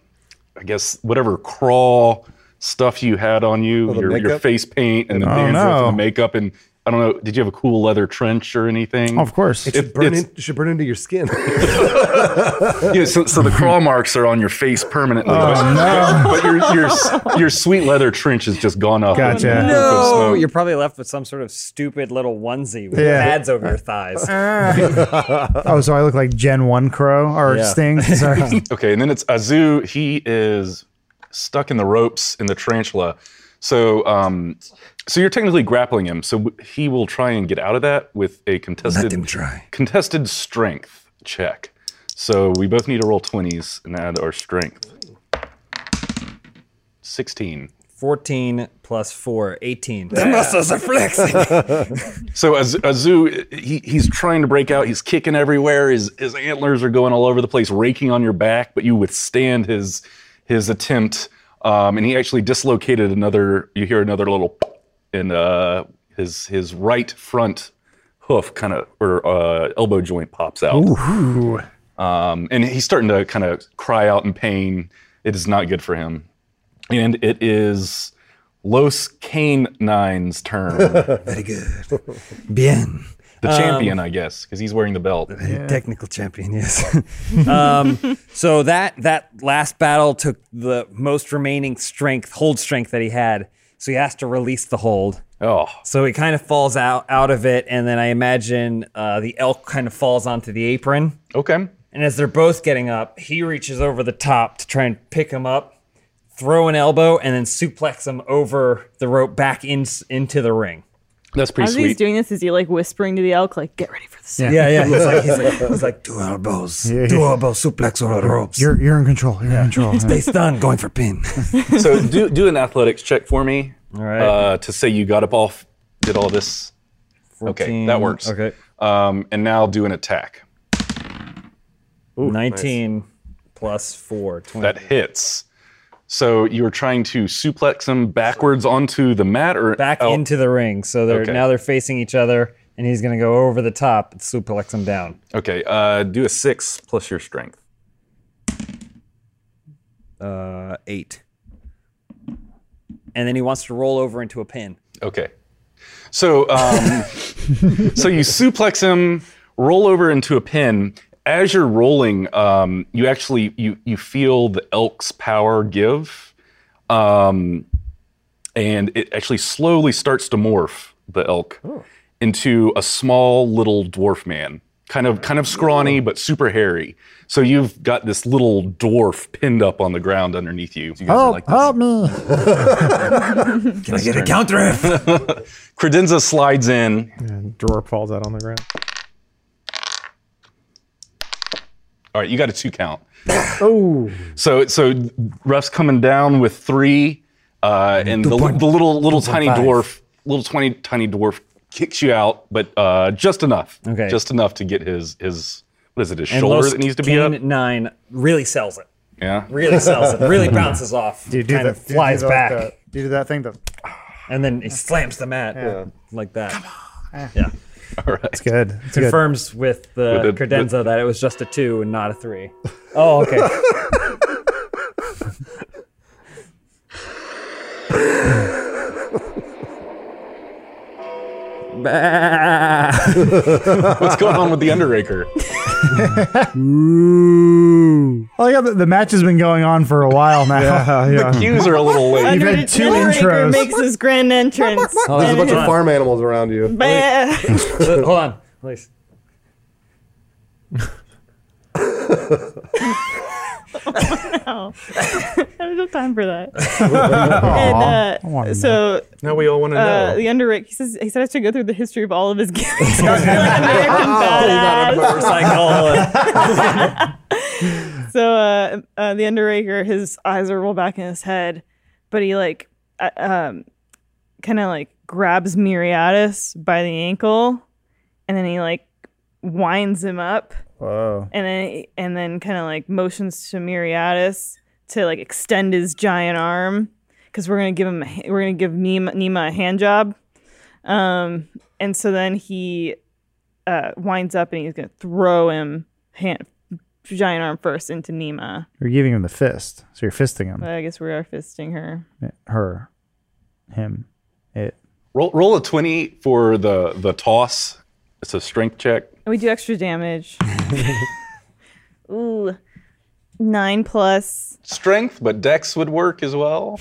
Speaker 1: I guess whatever crawl stuff you had on you,
Speaker 2: the
Speaker 1: your, your
Speaker 2: makeup?
Speaker 1: face paint and the
Speaker 6: Oh,
Speaker 1: dandruff
Speaker 6: no.
Speaker 1: and the makeup, and I don't know. Did you have a cool leather trench or anything?
Speaker 6: Of course.
Speaker 2: It should, burn
Speaker 1: it's-
Speaker 2: in, it should burn into your skin.
Speaker 1: Yeah, so, so the crawl marks are on your face permanently. but, but your, your s- your sweet leather trench has just gone up. with
Speaker 6: Gotcha.
Speaker 1: a roof of
Speaker 3: No,
Speaker 1: smoke.
Speaker 3: you're probably left with some sort of stupid little onesie with
Speaker 6: Yeah.
Speaker 3: pads over your thighs.
Speaker 6: oh, so I look like Gen 1 Crow or
Speaker 3: Yeah.
Speaker 6: Sting? Sorry.
Speaker 1: Okay, and then it's Azu. He is stuck in the ropes in the tarantula. So, um, so you're technically grappling him. So w- he will try and get out of that with a contested
Speaker 9: them try.
Speaker 1: contested strength check. So we both need to roll twenties and add our strength. Sixteen.
Speaker 3: 14 plus 4, 18.
Speaker 9: muscles are flexing.
Speaker 1: So Az- Azu, he, he's trying to break out. He's kicking everywhere. His, his antlers are going all over the place, raking on your back, but you withstand his his attempt. Um, and he actually dislocated another. You hear another little in uh, his his right front hoof, kind of or uh, elbow joint pops out. Um, and he's starting to kind of cry out in pain. It is not good for him. And it is Los Canine's turn.
Speaker 9: Very good. Bien.
Speaker 1: The
Speaker 3: Um,
Speaker 1: champion, I guess, because he's wearing the belt.
Speaker 3: Technical champion, yes. um, so that that last battle took the most remaining strength, hold strength that he had. So he has to release the hold.
Speaker 1: Oh,
Speaker 3: So he kind of falls out out of it, and then I imagine uh, the elk kind of falls onto the apron.
Speaker 1: okay.
Speaker 3: And as they're both getting up, he reaches over the top to try and pick him up, throw an elbow, and then suplex him over the rope back in, into the ring.
Speaker 1: That's pretty
Speaker 5: As he's
Speaker 1: sweet.
Speaker 5: doing this, is he like whispering to the elk, like, "Get ready for this."
Speaker 3: Yeah, yeah. He's like, he's like, he's like
Speaker 9: Two elbows.
Speaker 6: Yeah.
Speaker 9: Two elbows suplex over the ropes.
Speaker 6: You're, you're in control. You're in control.
Speaker 9: Stay stunned. Going for pin.
Speaker 1: so do do an athletics check for me. All
Speaker 3: right.
Speaker 1: Uh, to say you got up off, did all this. Okay, that
Speaker 3: 14.
Speaker 1: works.
Speaker 3: Okay.
Speaker 1: Um, and now do an attack.
Speaker 3: 19 plus 4, 20.
Speaker 1: That hits. So you were trying to suplex him backwards onto the mat, or
Speaker 3: back
Speaker 1: oh,
Speaker 3: into the ring. So they're
Speaker 1: Okay.
Speaker 3: now they're facing each other, and he's going to go over the top and suplex him down.
Speaker 1: Okay. Uh, do a six plus your strength.
Speaker 3: Uh, 8. And then he wants to roll over into a pin.
Speaker 1: Okay. So, um, so you suplex him, roll over into a pin. As you're rolling, um, you actually you you feel the elk's power give, um, and it actually slowly starts to morph the elk into a small little dwarf man, kind of kind of scrawny but super hairy. So you've got this little dwarf pinned up on the ground underneath you. you guys are
Speaker 6: help,
Speaker 1: like this.
Speaker 6: help me.
Speaker 9: Can I get a counter? F?
Speaker 1: Credenza slides in.
Speaker 4: And drawer falls out on the ground.
Speaker 1: All right, you got a two count. oh. So so ref's coming down with three, uh, and the, the little little tiny dwarf, little tiny tiny dwarf kicks you out, but uh, just enough.
Speaker 3: Okay.
Speaker 1: Just enough to get his his what is it? His
Speaker 3: And
Speaker 1: shoulder
Speaker 3: Los
Speaker 1: that needs to
Speaker 3: Kane
Speaker 1: be up.
Speaker 3: Nine really sells it.
Speaker 1: Yeah.
Speaker 3: Really sells it. Really bounces off.
Speaker 6: You do
Speaker 3: kind
Speaker 6: that-
Speaker 3: of
Speaker 6: you do
Speaker 3: flies
Speaker 6: that,
Speaker 3: back,
Speaker 6: uh, you do that thing. That,
Speaker 3: and then he slams the mat like that. Yeah.
Speaker 1: All right.
Speaker 6: it's good. It's good.
Speaker 3: Confirms with the
Speaker 1: With the-
Speaker 3: credenza that it was just a two and not a three. Oh, okay.
Speaker 1: What's going on with the Underraker?
Speaker 6: I like how Oh, the, the match has been going on for a while now.
Speaker 1: The cues are a little late.
Speaker 6: You've had
Speaker 5: Undertaker
Speaker 6: two intros.
Speaker 5: makes his grand entrance.
Speaker 2: Oh, There's a bunch of
Speaker 3: on.
Speaker 2: farm animals around you.
Speaker 5: Bah.
Speaker 3: Hold on, please.
Speaker 5: There's no time for that. and,
Speaker 6: wanna
Speaker 5: uh,
Speaker 6: know.
Speaker 5: so
Speaker 1: Now we all want to
Speaker 5: uh, the underrated, he says he said I have to go through the history of all of his gimmicks. He's like American badass.
Speaker 3: Motorcycle.
Speaker 5: So uh, uh, the Underaker, his eyes are rolled back in his head, but he like uh, um, kind of like grabs Miriatis by the ankle, and then he like winds him up,
Speaker 6: Whoa.
Speaker 5: and then and then kind of like motions to Miriatis to like extend his giant arm because we're gonna give him a ha- we're gonna give Nima, Nima a hand job, um, and so then he uh, winds up and he's gonna throw him hand giant arm first into Nima.
Speaker 6: You're giving him the fist, so you're fisting him.
Speaker 5: But I guess we are fisting her.
Speaker 6: Her, him, it.
Speaker 1: Roll, roll a 20 for the, the toss. It's a strength check.
Speaker 5: And we do extra damage. Ooh. Nine plus.
Speaker 1: Strength, but dex would work as well.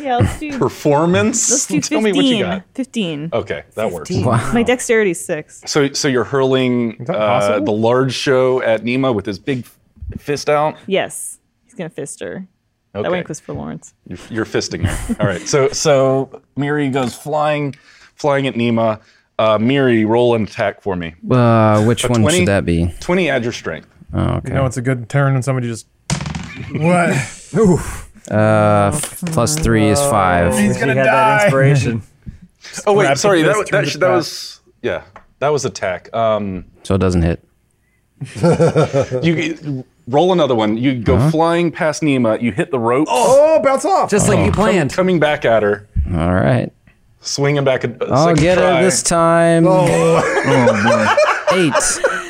Speaker 5: Yeah, let's do,
Speaker 1: Performance.
Speaker 5: let's do 15.
Speaker 1: Tell me what you got.
Speaker 5: 15.
Speaker 1: Okay, that works.
Speaker 5: My dexterity's six.
Speaker 1: So, so you're hurling uh, the large show at Nima with his big f- fist out.
Speaker 5: Yes. He's going to fist her.
Speaker 1: Okay.
Speaker 5: That wink was for Lawrence.
Speaker 1: You're, you're fisting her. All right. So so Miri goes flying, flying at Nima. Uh, Miri, roll an attack for me.
Speaker 7: Uh, which one
Speaker 1: 20?
Speaker 7: should that be?
Speaker 1: Twenty add your strength.
Speaker 7: Oh, okay.
Speaker 4: You know, it's a good turn when somebody just. What?
Speaker 7: Uh, f- plus three is five.
Speaker 3: He's gonna had that inspiration.
Speaker 1: Oh wait,
Speaker 4: Grab the
Speaker 1: sorry. That
Speaker 4: fist
Speaker 1: wa-
Speaker 4: through
Speaker 1: that,
Speaker 4: the
Speaker 1: sh- that
Speaker 4: back.
Speaker 1: was yeah. That was attack. Um,
Speaker 7: So it doesn't hit.
Speaker 1: you g- roll another one. You go
Speaker 7: Uh-huh.
Speaker 1: flying past Nima. You hit the rope.
Speaker 2: Oh, bounce off.
Speaker 3: Just like you planned.
Speaker 1: Coming back at her,
Speaker 7: All right.
Speaker 1: swinging back. A, a
Speaker 7: I'll
Speaker 1: second
Speaker 7: get
Speaker 1: try. Oh.
Speaker 7: her this time. Oh, Eight.
Speaker 5: Uh,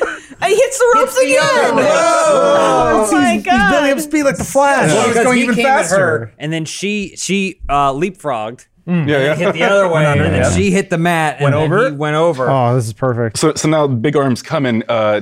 Speaker 5: He hits the ropes again! Oh, my
Speaker 9: He's building up
Speaker 5: god!
Speaker 9: speed like the Flash.
Speaker 2: Well, it's
Speaker 3: Because
Speaker 2: going
Speaker 3: he
Speaker 2: even
Speaker 3: came at
Speaker 2: faster.
Speaker 3: her, and then she she uh, leapfrogged,
Speaker 1: Yeah, yeah.
Speaker 3: hit the other way, and then she hit the mat, and
Speaker 4: Went
Speaker 3: then
Speaker 4: over?
Speaker 3: he went over.
Speaker 6: Oh, this is perfect.
Speaker 1: So, so now Big Arm's coming. Uh,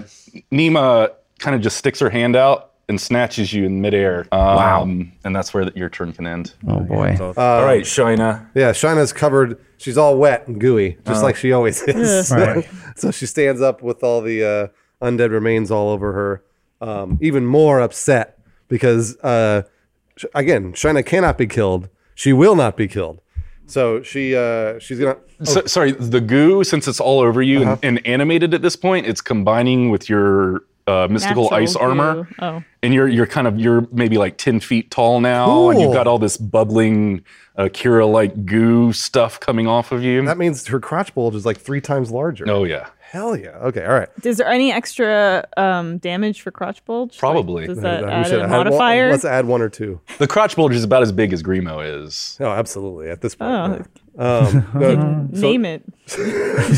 Speaker 1: Nima kind of just sticks her hand out and snatches you in midair. Um, wow. And that's where that your turn can end.
Speaker 7: Oh boy.
Speaker 1: All right, Shina.
Speaker 2: Yeah, Shina's covered. She's all wet and gooey, just like she always is. so she stands up with all the uh, undead remains all over her, um, even more upset because, uh, sh- again, Shina cannot be killed. She will not be killed. So she uh, she's gonna.
Speaker 1: So, sorry, the goo, since it's all over you and, and animated at this point, it's combining with your uh, mystical
Speaker 5: Natural
Speaker 1: ice armor.
Speaker 5: goo. Oh.
Speaker 1: And you're you're kind of you're maybe like ten feet tall now, and you've
Speaker 2: Cool.
Speaker 1: got all this bubbling uh, Kira like goo stuff coming off of you.
Speaker 2: That means her crotch bulge is like three times larger.
Speaker 1: oh yeah,
Speaker 2: Hell yeah. Okay. All right.
Speaker 5: Is there any extra um, damage for crotch bulge? Like,
Speaker 1: Probably.
Speaker 5: does
Speaker 2: Uh,
Speaker 5: that
Speaker 2: we
Speaker 5: add
Speaker 2: should
Speaker 5: a
Speaker 2: add one-
Speaker 5: modifier?
Speaker 2: let's add one or two.
Speaker 1: the crotch bulge is about as big as Grimo is.
Speaker 2: Oh, absolutely. At this point.
Speaker 5: Oh.
Speaker 2: yeah. Um,
Speaker 9: Uh,
Speaker 2: but- so
Speaker 5: Name it.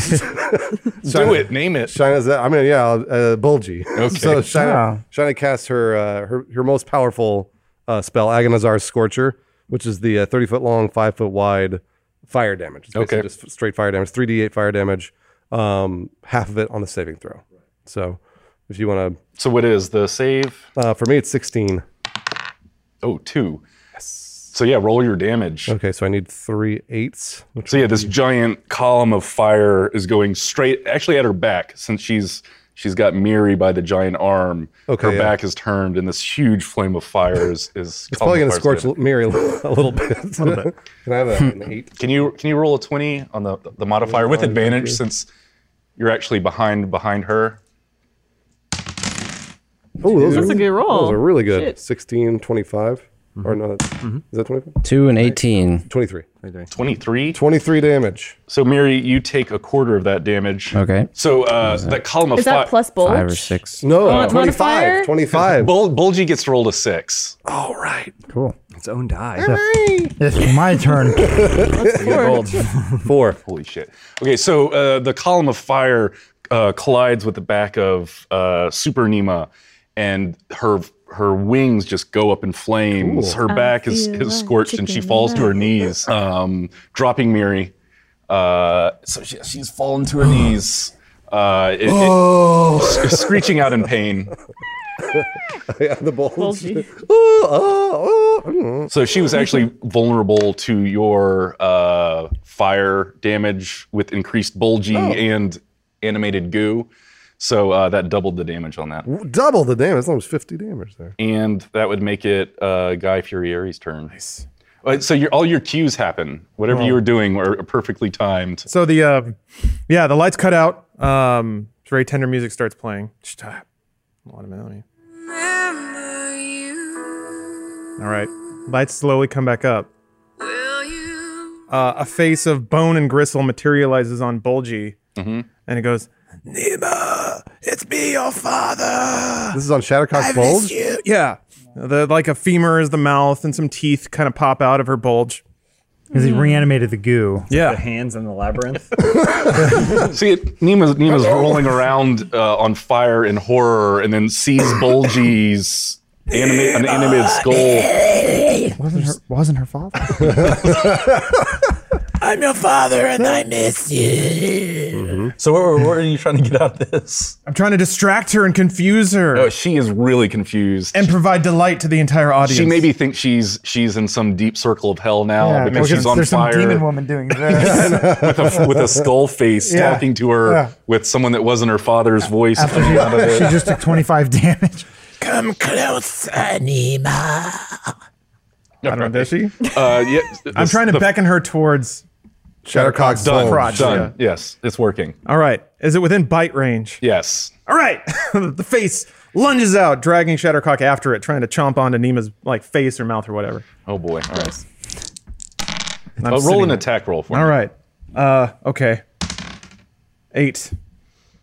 Speaker 1: Do it, name it.
Speaker 2: Shina's. I mean, yeah, uh, bulgy.
Speaker 1: Okay.
Speaker 2: So Shina,
Speaker 6: Wow.
Speaker 2: Shina casts her uh, her her most powerful uh, spell, Agonizar's Scorcher, which is the uh, thirty foot long, five foot wide fire damage. It's basically
Speaker 1: Okay.
Speaker 2: Just straight fire damage, three d eight fire damage, um, half of it on a saving throw. So, if you want
Speaker 1: So what is the save?
Speaker 2: to, uh, for me, it's sixteen.
Speaker 1: Oh, two. So yeah, roll your damage.
Speaker 2: Okay, so I need three eights. Which
Speaker 1: So yeah, this giant column of fire is going straight, actually at her back, since she's she's got Miri by the giant arm.
Speaker 2: Okay,
Speaker 1: her
Speaker 2: yeah.
Speaker 1: back is turned, and this huge flame of fire is is.
Speaker 2: it's probably going to scorch Mary a little, a little bit. Can I have a, an eight?
Speaker 1: Can you can you roll a twenty on the the modifier with advantage since you're actually behind behind her?
Speaker 2: Oh, those
Speaker 5: That's
Speaker 2: are,
Speaker 5: a good roll.
Speaker 2: Those are really good.
Speaker 5: Shit.
Speaker 2: 16, 25. Or no, that's- is that 25?
Speaker 7: Two and eighteen.
Speaker 2: 23.
Speaker 1: Twenty three.
Speaker 2: 23 damage.
Speaker 1: So Miri, you take a quarter of that damage.
Speaker 7: Okay.
Speaker 1: So uh, that column of
Speaker 5: Is that
Speaker 1: fi-
Speaker 5: plus bulge?
Speaker 7: Five or six.
Speaker 2: No,
Speaker 5: Mod-
Speaker 2: 25.
Speaker 5: modifier?
Speaker 2: 25.
Speaker 1: Bul- Bulgy gets to roll a six.
Speaker 9: All right.
Speaker 6: Cool.
Speaker 9: Its own die.
Speaker 6: It's my turn.
Speaker 1: Four. Holy shit. Okay, so uh, the column of fire uh, collides with the back of uh, Super Nima, and her her wings just go up in flames. Her back is,
Speaker 5: feel like
Speaker 1: is scorched, and she
Speaker 5: chicken
Speaker 1: falls to her knees, um, dropping Miri. Uh, so she, she's fallen to her knees, uh, it- it- screeching out in pain.
Speaker 2: yeah, the bulge.
Speaker 5: Bulgy.
Speaker 2: Oh, oh, oh.
Speaker 1: So she was actually vulnerable to your uh, fire damage with increased bulgy and animated goo. So uh, that doubled the damage on that.
Speaker 2: Mm. Double the damage. That's almost 50 damage there.
Speaker 1: And that would make it uh, Guy Fieri's turn. Nice. So your, all your cues happen. Whatever you were doing were perfectly timed.
Speaker 4: So the uh, yeah, the lights cut out. Um, very tender music starts playing. Just, uh, hold on a minute, let me- All right, lights slowly come back up. Uh, a face of bone and gristle materializes on Bulgy,
Speaker 2: Mm-hmm.
Speaker 4: and it goes.
Speaker 9: Nima, it's me, your father.
Speaker 4: "Ah,
Speaker 2: This is on Shattercock
Speaker 9: Bulge?
Speaker 2: Bulge.
Speaker 9: You. Yeah.
Speaker 4: The like a femur is the mouth, and some teeth kind of pop out of her bulge.
Speaker 6: Because he reanimated the goo.
Speaker 3: The hands in the labyrinth.
Speaker 1: See, it, Nima's, Nima's rolling around uh, on fire in horror and then sees Bulgy's anima- an animated skull.
Speaker 6: Wasn't her wasn't her father.
Speaker 9: I'm your father and I miss you.
Speaker 1: Mm-hmm.
Speaker 10: So what, what are you trying to get out of this?
Speaker 4: I'm trying to distract her and confuse her
Speaker 1: Oh, she is really confused.
Speaker 4: and provide delight to the entire audience.
Speaker 1: she maybe thinks she's she's in some deep circle of hell now
Speaker 6: Yeah,
Speaker 1: because she's on
Speaker 6: there's
Speaker 1: fire
Speaker 6: some demon woman doing this
Speaker 1: with a, with a skull face
Speaker 6: Yeah.
Speaker 1: talking to her
Speaker 6: Yeah.
Speaker 1: with someone that wasn't her father's voice.
Speaker 6: after
Speaker 1: coming out of
Speaker 6: she,
Speaker 1: it.
Speaker 6: she just took 25 damage.
Speaker 9: Come close, Anima.
Speaker 4: I don't know, does she?
Speaker 1: Uh, yeah,
Speaker 4: I'm
Speaker 1: this-
Speaker 4: trying to
Speaker 1: the-
Speaker 4: beckon her towards.
Speaker 2: Shattercock's
Speaker 1: Done.
Speaker 4: Crotch,
Speaker 1: done. Yes, it's working.
Speaker 4: All right. Is it within bite range?
Speaker 1: Yes.
Speaker 4: All right. the face lunges out, dragging Shattercock after it, trying to chomp onto Nima's like face or mouth or whatever.
Speaker 1: Oh boy. All right.
Speaker 4: And I'm
Speaker 1: Uh, roll
Speaker 4: sitting
Speaker 1: an
Speaker 4: there.
Speaker 1: attack roll for
Speaker 4: All
Speaker 1: me.
Speaker 4: right. Uh, okay. Eight.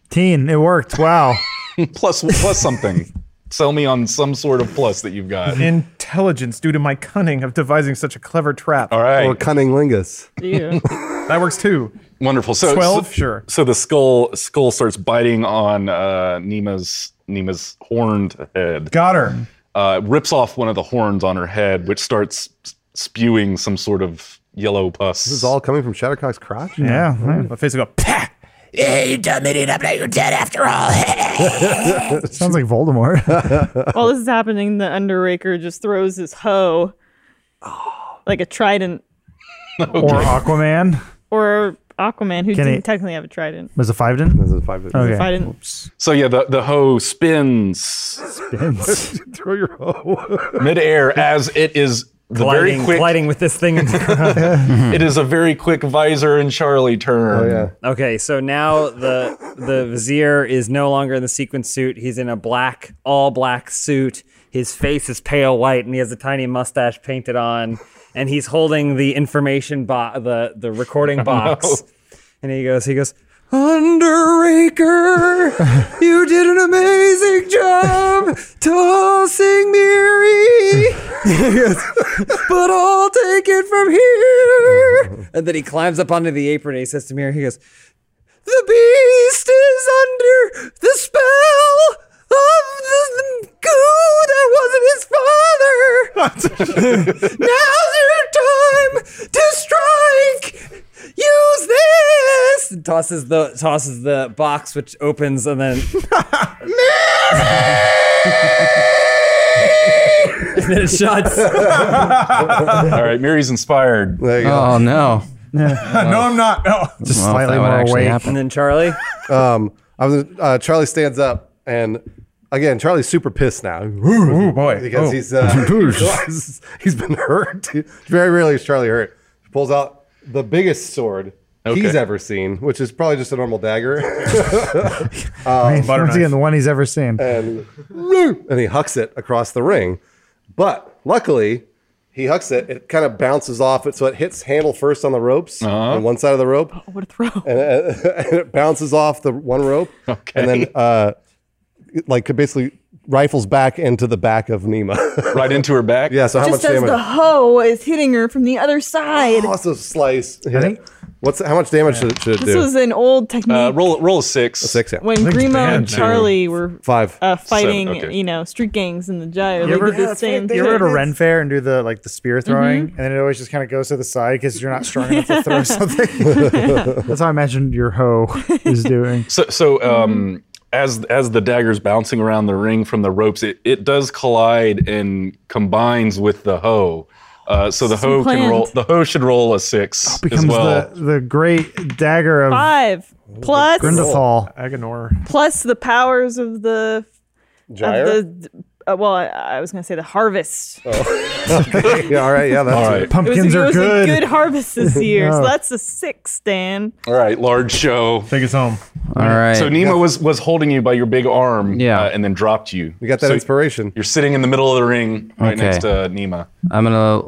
Speaker 6: Teen, it worked. Wow.
Speaker 1: Plus plus something. Sell me on some sort of plus that you've got.
Speaker 4: Intelligence due to my cunning of devising such a clever trap.
Speaker 1: All right.
Speaker 2: Or cunning lingus.
Speaker 5: Yeah.
Speaker 4: That works too.
Speaker 1: Wonderful. So
Speaker 4: 12?
Speaker 1: so-
Speaker 4: Sure.
Speaker 1: So the skull skull starts biting on uh, Nima's Nima's horned head.
Speaker 4: Got her.
Speaker 1: uh, rips off one of the horns on her head, which starts s- spewing some sort of yellow pus.
Speaker 2: This is all coming from Shattercock's crotch.
Speaker 6: Yeah. yeah.
Speaker 4: My face will go, Pah!
Speaker 9: Yeah, you dumb idiot. I'm not your dad after all.
Speaker 6: Sounds like Voldemort.
Speaker 5: While this is happening, the Underraker just throws his hoe, like a trident,
Speaker 6: Or Aquaman.
Speaker 5: or Aquaman, who
Speaker 6: Can
Speaker 5: didn't
Speaker 6: it-
Speaker 5: technically have a trident.
Speaker 6: Was it Fiveden?
Speaker 2: This is five.
Speaker 6: Okay.
Speaker 5: I didn't.
Speaker 1: so yeah, the, the hoe spins
Speaker 2: Throw your hoe.
Speaker 1: midair as it is the very
Speaker 3: Colliding,
Speaker 1: quick.
Speaker 3: colliding with this thing.
Speaker 1: It is a very quick visor and Charlie
Speaker 6: Oh,
Speaker 1: turn.
Speaker 2: yeah.
Speaker 3: Um, okay, so now the the vizier is no longer in the sequin suit. He's in a black, all black suit. His face is pale white, and he has a tiny mustache painted on. And he's holding the information box, the the recording box. And he goes, he goes, Underraker, you did an amazing job tossing Miri. but I'll take it from here. And then he climbs up onto the apron and he says to Mira, he goes, The beast is under the spell of the goo that wasn't his father. Now's your time to strike. Use this. And tosses the tosses the box, which opens, and then and then it shuts.
Speaker 1: All right, Mary's inspired.
Speaker 2: There you go.
Speaker 7: Oh no.
Speaker 4: no, I'm not. No.
Speaker 6: Just
Speaker 7: Well, if
Speaker 6: slightly
Speaker 7: that would
Speaker 6: more
Speaker 7: actually
Speaker 6: awake.
Speaker 7: happen.
Speaker 3: And then Charlie.
Speaker 2: Um, I was, uh, Charlie stands up and again, Charlie's super pissed now.
Speaker 4: Ooh, boy.
Speaker 2: because
Speaker 4: Oh.
Speaker 2: he's uh, he realizes he's been hurt. Very rarely is Charlie hurt. He pulls out the biggest sword he's
Speaker 1: Okay.
Speaker 2: ever seen, which is probably just a normal dagger, Um,
Speaker 6: I mean,
Speaker 4: butter
Speaker 6: once
Speaker 4: knife.
Speaker 6: again, the one he's ever seen.
Speaker 2: and and he hucks it across the ring. But luckily, he hucks it. It kind of bounces off it, so it hits handle first on the ropes
Speaker 1: Uh-huh.
Speaker 2: on one side of the rope,
Speaker 5: Oh, What a throw.
Speaker 2: and, uh, and it bounces off the one rope, and then uh, it, like basically rifles back into the back of Nima.
Speaker 1: Right into her back.
Speaker 2: yeah. So how
Speaker 5: Just
Speaker 2: much
Speaker 5: as
Speaker 2: damage?
Speaker 5: the hoe is hitting her from the other side.
Speaker 2: also slice.
Speaker 6: think-
Speaker 2: What's how much damage should it, should it
Speaker 5: This
Speaker 2: do?
Speaker 5: was an old technique
Speaker 1: Uh, roll roll a six.
Speaker 2: Six. Yeah.
Speaker 5: when Grimo and Charlie were
Speaker 2: Five.
Speaker 5: uh, fighting,
Speaker 1: Seven, okay.
Speaker 5: you know, street gangs in the gyre. They
Speaker 6: ever-
Speaker 5: did the same
Speaker 6: You ever go to
Speaker 5: thing.
Speaker 6: Ren Fair and do the like the spear throwing, and then it always just kind of goes to the side because you're not strong enough to throw something. That's how I imagine your hoe is doing.
Speaker 1: So, so um, as as the dagger's bouncing around the ring from the ropes, it, it does collide and combines with the hoe. Uh, so the hoe can
Speaker 5: planned.
Speaker 1: roll. The hoe should roll a six as
Speaker 6: Becomes
Speaker 1: well.
Speaker 6: the, the great dagger of
Speaker 5: Five plus
Speaker 6: Grindelthal.
Speaker 4: Agonor.
Speaker 5: plus the powers of the
Speaker 2: Gyre?
Speaker 5: of the uh, well, I, I was gonna say the harvest.
Speaker 9: Oh.
Speaker 2: yeah. All right. Yeah. That's
Speaker 1: All right,
Speaker 5: it was,
Speaker 6: Pumpkins
Speaker 5: a, it
Speaker 6: are
Speaker 5: was a
Speaker 6: good.
Speaker 5: good harvest this year, so
Speaker 6: No.
Speaker 5: that's a six, Dan.
Speaker 1: all right. Large show.
Speaker 4: Take us home.
Speaker 7: All right.
Speaker 1: So Nima was was holding you by your big arm,
Speaker 7: Yeah.
Speaker 1: uh, and then dropped you.
Speaker 2: You got that
Speaker 1: So
Speaker 2: inspiration.
Speaker 1: You're sitting in the middle of the ring, right
Speaker 7: Okay.
Speaker 1: next to Nima.
Speaker 7: I'm gonna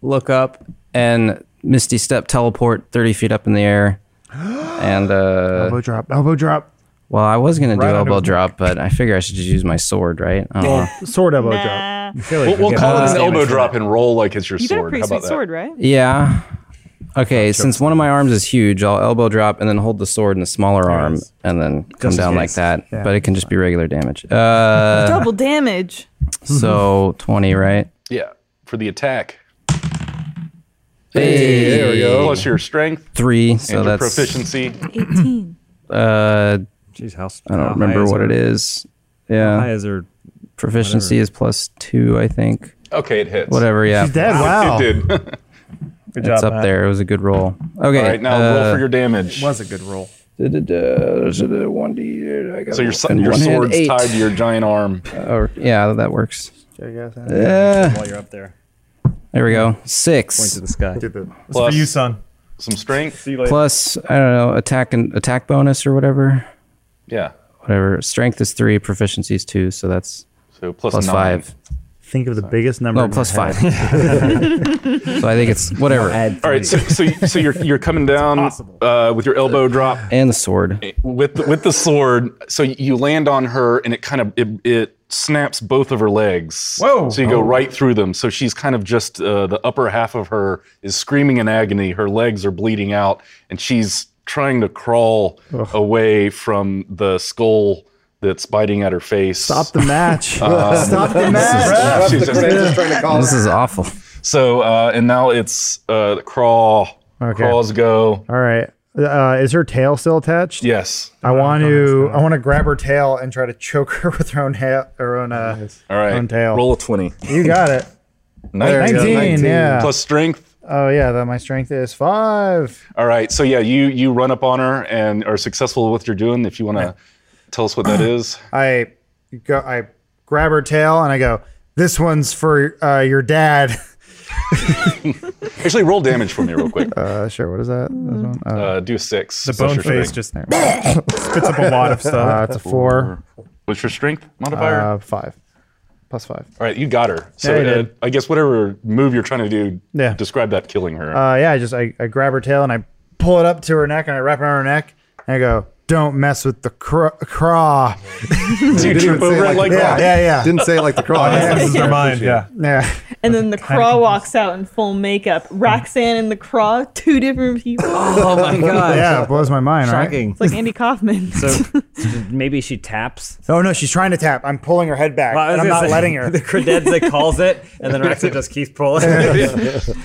Speaker 7: look up and misty step teleport 30 feet up in the air, and uh,
Speaker 6: elbow drop, elbow drop,
Speaker 7: well, I was gonna do
Speaker 6: Right under
Speaker 7: elbow
Speaker 6: his
Speaker 7: drop, but I figure I should just use my sword, right? Oh, I don't know.
Speaker 6: sword elbow drop.
Speaker 5: Nah.
Speaker 1: We'll, we'll call it an elbow drop and roll like it's your
Speaker 5: You got a
Speaker 1: sword.
Speaker 5: pretty
Speaker 1: How about
Speaker 5: sweet
Speaker 1: that?
Speaker 5: sword, right?
Speaker 7: Yeah, Okay, since one of my arms is huge, I'll elbow drop and then hold the sword in the smaller arm and then come
Speaker 6: Just in
Speaker 7: down like
Speaker 6: case.
Speaker 7: that.
Speaker 6: Yeah.
Speaker 7: But it can just be regular damage. Uh,
Speaker 5: Double damage.
Speaker 7: so 20, right?
Speaker 1: Yeah, for the attack.
Speaker 7: Hey,
Speaker 1: there we go. Plus your strength
Speaker 7: Three. So
Speaker 1: and your
Speaker 7: that's
Speaker 1: proficiency.
Speaker 5: 18.
Speaker 7: Uh,
Speaker 3: Jeez, how
Speaker 7: I don't remember what it is.
Speaker 3: High
Speaker 7: Yeah,
Speaker 3: is her
Speaker 7: proficiency is plus two, I think.
Speaker 1: Okay, it hits.
Speaker 7: Whatever. Yeah,
Speaker 6: She's dead. Wow.
Speaker 1: It did.
Speaker 4: Good
Speaker 7: it's
Speaker 4: job,
Speaker 7: up
Speaker 4: Matt.
Speaker 7: there. It was a good roll. Okay. uh,
Speaker 1: All right, now roll for your damage.
Speaker 4: Was a good roll.
Speaker 7: One D.
Speaker 1: So your, so- your sword's tied to your giant arm.
Speaker 7: Oh, yeah, that works.
Speaker 3: while you're up there.
Speaker 7: There we go.
Speaker 3: Point to
Speaker 7: Six
Speaker 3: the sky.
Speaker 4: It's for
Speaker 1: Plus-
Speaker 4: you, son.
Speaker 1: Some strength.
Speaker 4: See you later.
Speaker 7: plus I don't know attack and attack bonus or whatever.
Speaker 1: Yeah.
Speaker 7: Whatever. Strength is three. Proficiency is two. So that's
Speaker 1: So plus,
Speaker 7: plus
Speaker 1: nine.
Speaker 7: five.
Speaker 6: Think of the biggest number.
Speaker 7: No,
Speaker 6: in your
Speaker 7: plus
Speaker 6: head.
Speaker 7: five. so I think it's whatever.
Speaker 3: Add
Speaker 1: All right, so so, so you're you're coming down uh, with your elbow drop
Speaker 7: And the sword.
Speaker 1: with the, with the sword. So you land on her, and it kind of it, it snaps both of her legs.
Speaker 4: Whoa.
Speaker 1: So you go right through them. So she's kind of just uh, the upper half of her is screaming in agony. Her legs are bleeding out, and she's trying to crawl away from the skull that's biting at her face.
Speaker 6: Stop the match. Stop the match.
Speaker 2: That's
Speaker 1: She's
Speaker 2: the
Speaker 1: just-
Speaker 2: crane just trying to call
Speaker 7: This is awful.
Speaker 1: so uh, and now it's uh, crawl,
Speaker 6: Okay.
Speaker 1: crawls go.
Speaker 6: All right. Uh, is her tail still attached?
Speaker 1: Yes.
Speaker 6: I want to. I want to grab her tail and try to choke her with her own hair. Her own. Uh,
Speaker 1: All right.
Speaker 6: Own tail.
Speaker 1: Roll a twenty.
Speaker 6: You got it.
Speaker 1: Nineteen.
Speaker 6: 19,
Speaker 2: 19.
Speaker 6: Yeah.
Speaker 1: Plus strength.
Speaker 6: oh yeah. That my strength is five.
Speaker 1: All right. So yeah, you you run up on her and are successful with what you're doing. If you want to tell us what that is,
Speaker 6: I go. I grab her tail and I go. This one's for uh, your dad.
Speaker 1: actually roll damage for me real quick.
Speaker 6: Uh, sure. What is that? This one? Uh,
Speaker 1: Uh, do a six.
Speaker 4: The
Speaker 1: So
Speaker 4: bone
Speaker 1: what's your
Speaker 4: face
Speaker 1: strength?
Speaker 4: just spits up a lot of
Speaker 6: uh,
Speaker 4: stuff.
Speaker 6: it's a four.
Speaker 1: What's your strength modifier?
Speaker 6: Uh, five. Plus five.
Speaker 1: All right, you got her. So
Speaker 6: Yeah, I
Speaker 1: uh,
Speaker 6: did.
Speaker 1: I guess whatever move you're trying to do,
Speaker 6: Yeah.
Speaker 1: describe that killing her.
Speaker 6: Uh, yeah. I just I, I grab her tail and I pull it up to her neck and I wrap it around her neck and I go. Don't mess with the cr- craw.
Speaker 1: so you trip
Speaker 2: even say
Speaker 1: over it
Speaker 2: like
Speaker 1: like that.
Speaker 2: that.
Speaker 6: Yeah, yeah, yeah.
Speaker 2: Didn't say it like the crawl.
Speaker 4: This is her mind, yeah.
Speaker 6: yeah.
Speaker 5: And then the craw walks out in full makeup. Roxanne and the craw, two different people.
Speaker 3: Oh my god.
Speaker 6: yeah, it blows my mind, right?
Speaker 3: Shocking.
Speaker 5: It's like Andy Kaufman.
Speaker 3: So maybe she taps.
Speaker 6: Oh no, she's trying to tap. I'm pulling her head back,
Speaker 3: Well, I was
Speaker 6: and I'm
Speaker 3: gonna
Speaker 6: not
Speaker 3: say,
Speaker 6: letting her.
Speaker 3: The credenza calls it, and then Raxa just keeps pulling.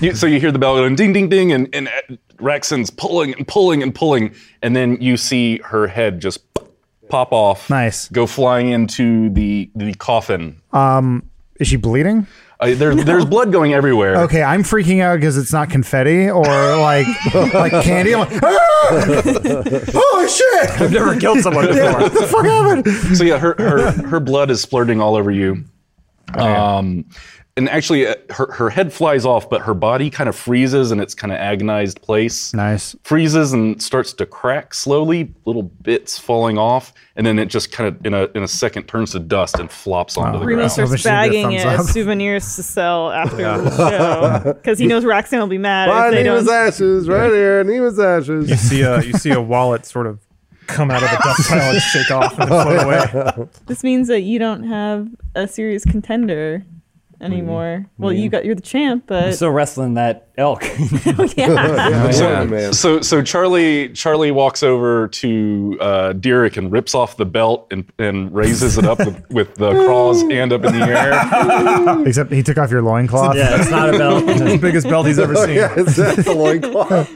Speaker 1: You- so you hear the bell going ding, ding, ding, and, and uh, Rexon's pulling and pulling and pulling, and then you see her head just pop- pop off.
Speaker 6: Nice.
Speaker 1: Go flying into the the coffin.
Speaker 6: Um, Is she bleeding?
Speaker 1: Uh, there, There's blood going everywhere.
Speaker 6: Okay, I'm freaking out because it's not confetti or like like candy. I'm like, ah!
Speaker 2: Oh,
Speaker 6: holy shit!
Speaker 3: I've never killed someone before.
Speaker 6: What the fuck happened?
Speaker 1: so yeah, her, her her blood is splurting all over you.
Speaker 3: Oh,
Speaker 1: Um, and actually, uh, her her head flies off, but her body kind of freezes in its kind of agonized place.
Speaker 6: Nice.
Speaker 1: Freezes and starts to crack slowly, little bits falling off, and then it just kind of in a in a second turns to dust and flops onto the
Speaker 5: Remo
Speaker 1: ground.
Speaker 5: starts
Speaker 6: Obviously, you did a
Speaker 5: bagging it
Speaker 6: thumbs
Speaker 5: as
Speaker 6: up.
Speaker 5: souvenirs to sell after the show because he knows Roxanne will be mad if
Speaker 2: Right,
Speaker 5: they
Speaker 2: he was
Speaker 5: don't.
Speaker 2: ashes. Right here, and he was ashes.
Speaker 4: You see a you see a wallet sort of come out of the dust pile and shake off and float away.
Speaker 5: This means that you don't have a serious contender anymore.
Speaker 1: Mm-hmm.
Speaker 5: Well, you got you're the champ, but
Speaker 3: Still wrestling that elk.
Speaker 5: yeah.
Speaker 2: Yeah, man.
Speaker 1: So so Charlie Charlie walks over to uh, Derek and rips off the belt and, and raises it up with, with the craw's hand up in the air.
Speaker 6: Except he took off your loincloth.
Speaker 3: yeah, it's not a bell.
Speaker 4: Biggest belt he's ever seen.
Speaker 2: Yeah, it's that's the loincloth.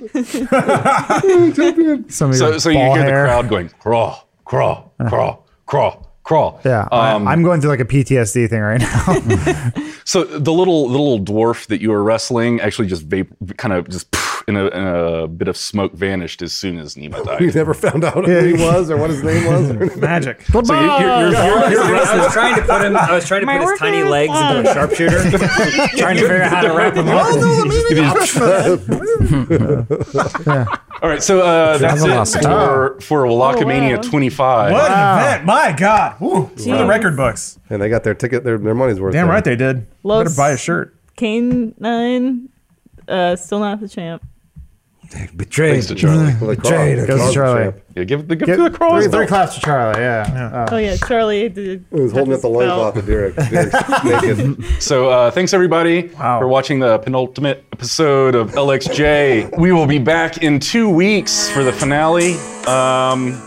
Speaker 6: Some of
Speaker 1: So
Speaker 6: your
Speaker 1: so you
Speaker 6: ball
Speaker 1: hear
Speaker 6: hair.
Speaker 1: the crowd going crawl crawl crawl crawl crawl.
Speaker 6: Uh. Yeah,
Speaker 1: Um,
Speaker 6: I, am going through like a PTSD thing right now.
Speaker 1: so the little the little dwarf that you were wrestling actually just vape kind of just in a, in a bit of smoke vanished as soon as Nima
Speaker 2: We
Speaker 1: died.
Speaker 2: never found out who he was or what his name was. or anything.
Speaker 4: Magic.
Speaker 1: so you, you're, you're, you're, you're
Speaker 3: Oh, I was trying to put him. I was trying to
Speaker 5: My
Speaker 3: put his
Speaker 5: work
Speaker 3: tiny
Speaker 5: is
Speaker 3: legs into a
Speaker 5: done.
Speaker 3: sharpshooter, trying to figure out how to wrap him up.
Speaker 1: All right, so uh, that's it
Speaker 7: velocity.
Speaker 1: for for Wallachomania
Speaker 5: Oh, wow.
Speaker 1: 25.
Speaker 4: What an event! My God, Woo. for the record books.
Speaker 2: And they got their ticket, their, their money's worth.
Speaker 4: Damn
Speaker 2: there.
Speaker 4: right they did.
Speaker 5: Los-
Speaker 4: Better buy a shirt.
Speaker 5: Kane nine, uh, still not the champ.
Speaker 11: Betrayed.
Speaker 1: Thanks to Charlie.
Speaker 11: Betrayed.
Speaker 6: Goes to Charlie.
Speaker 1: Yeah, give the give
Speaker 6: Get-
Speaker 1: the cross.
Speaker 6: three, three claps to Charlie. Yeah.
Speaker 5: Oh yeah, Charlie did.
Speaker 2: He was holding up the loincloth of Derek. Derek's naked.
Speaker 1: So uh, thanks everybody for watching the penultimate episode of LXJ. we will be back in two weeks for the finale. Um,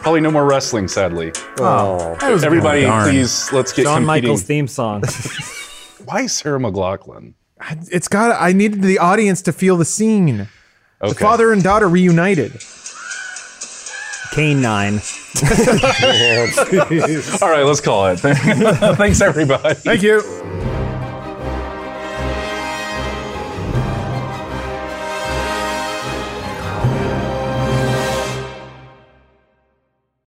Speaker 1: probably no more wrestling, sadly.
Speaker 2: Oh.
Speaker 1: Everybody,
Speaker 10: darn.
Speaker 1: please let's get
Speaker 3: John
Speaker 1: competing.
Speaker 3: Michaels theme song.
Speaker 1: Why Sarah McLaughlin?
Speaker 4: It's got. I needed the audience to feel the scene. The
Speaker 1: Okay.
Speaker 4: father and daughter reunited.
Speaker 3: K nine.
Speaker 1: All right, let's call it. thanks everybody.
Speaker 4: Thank you.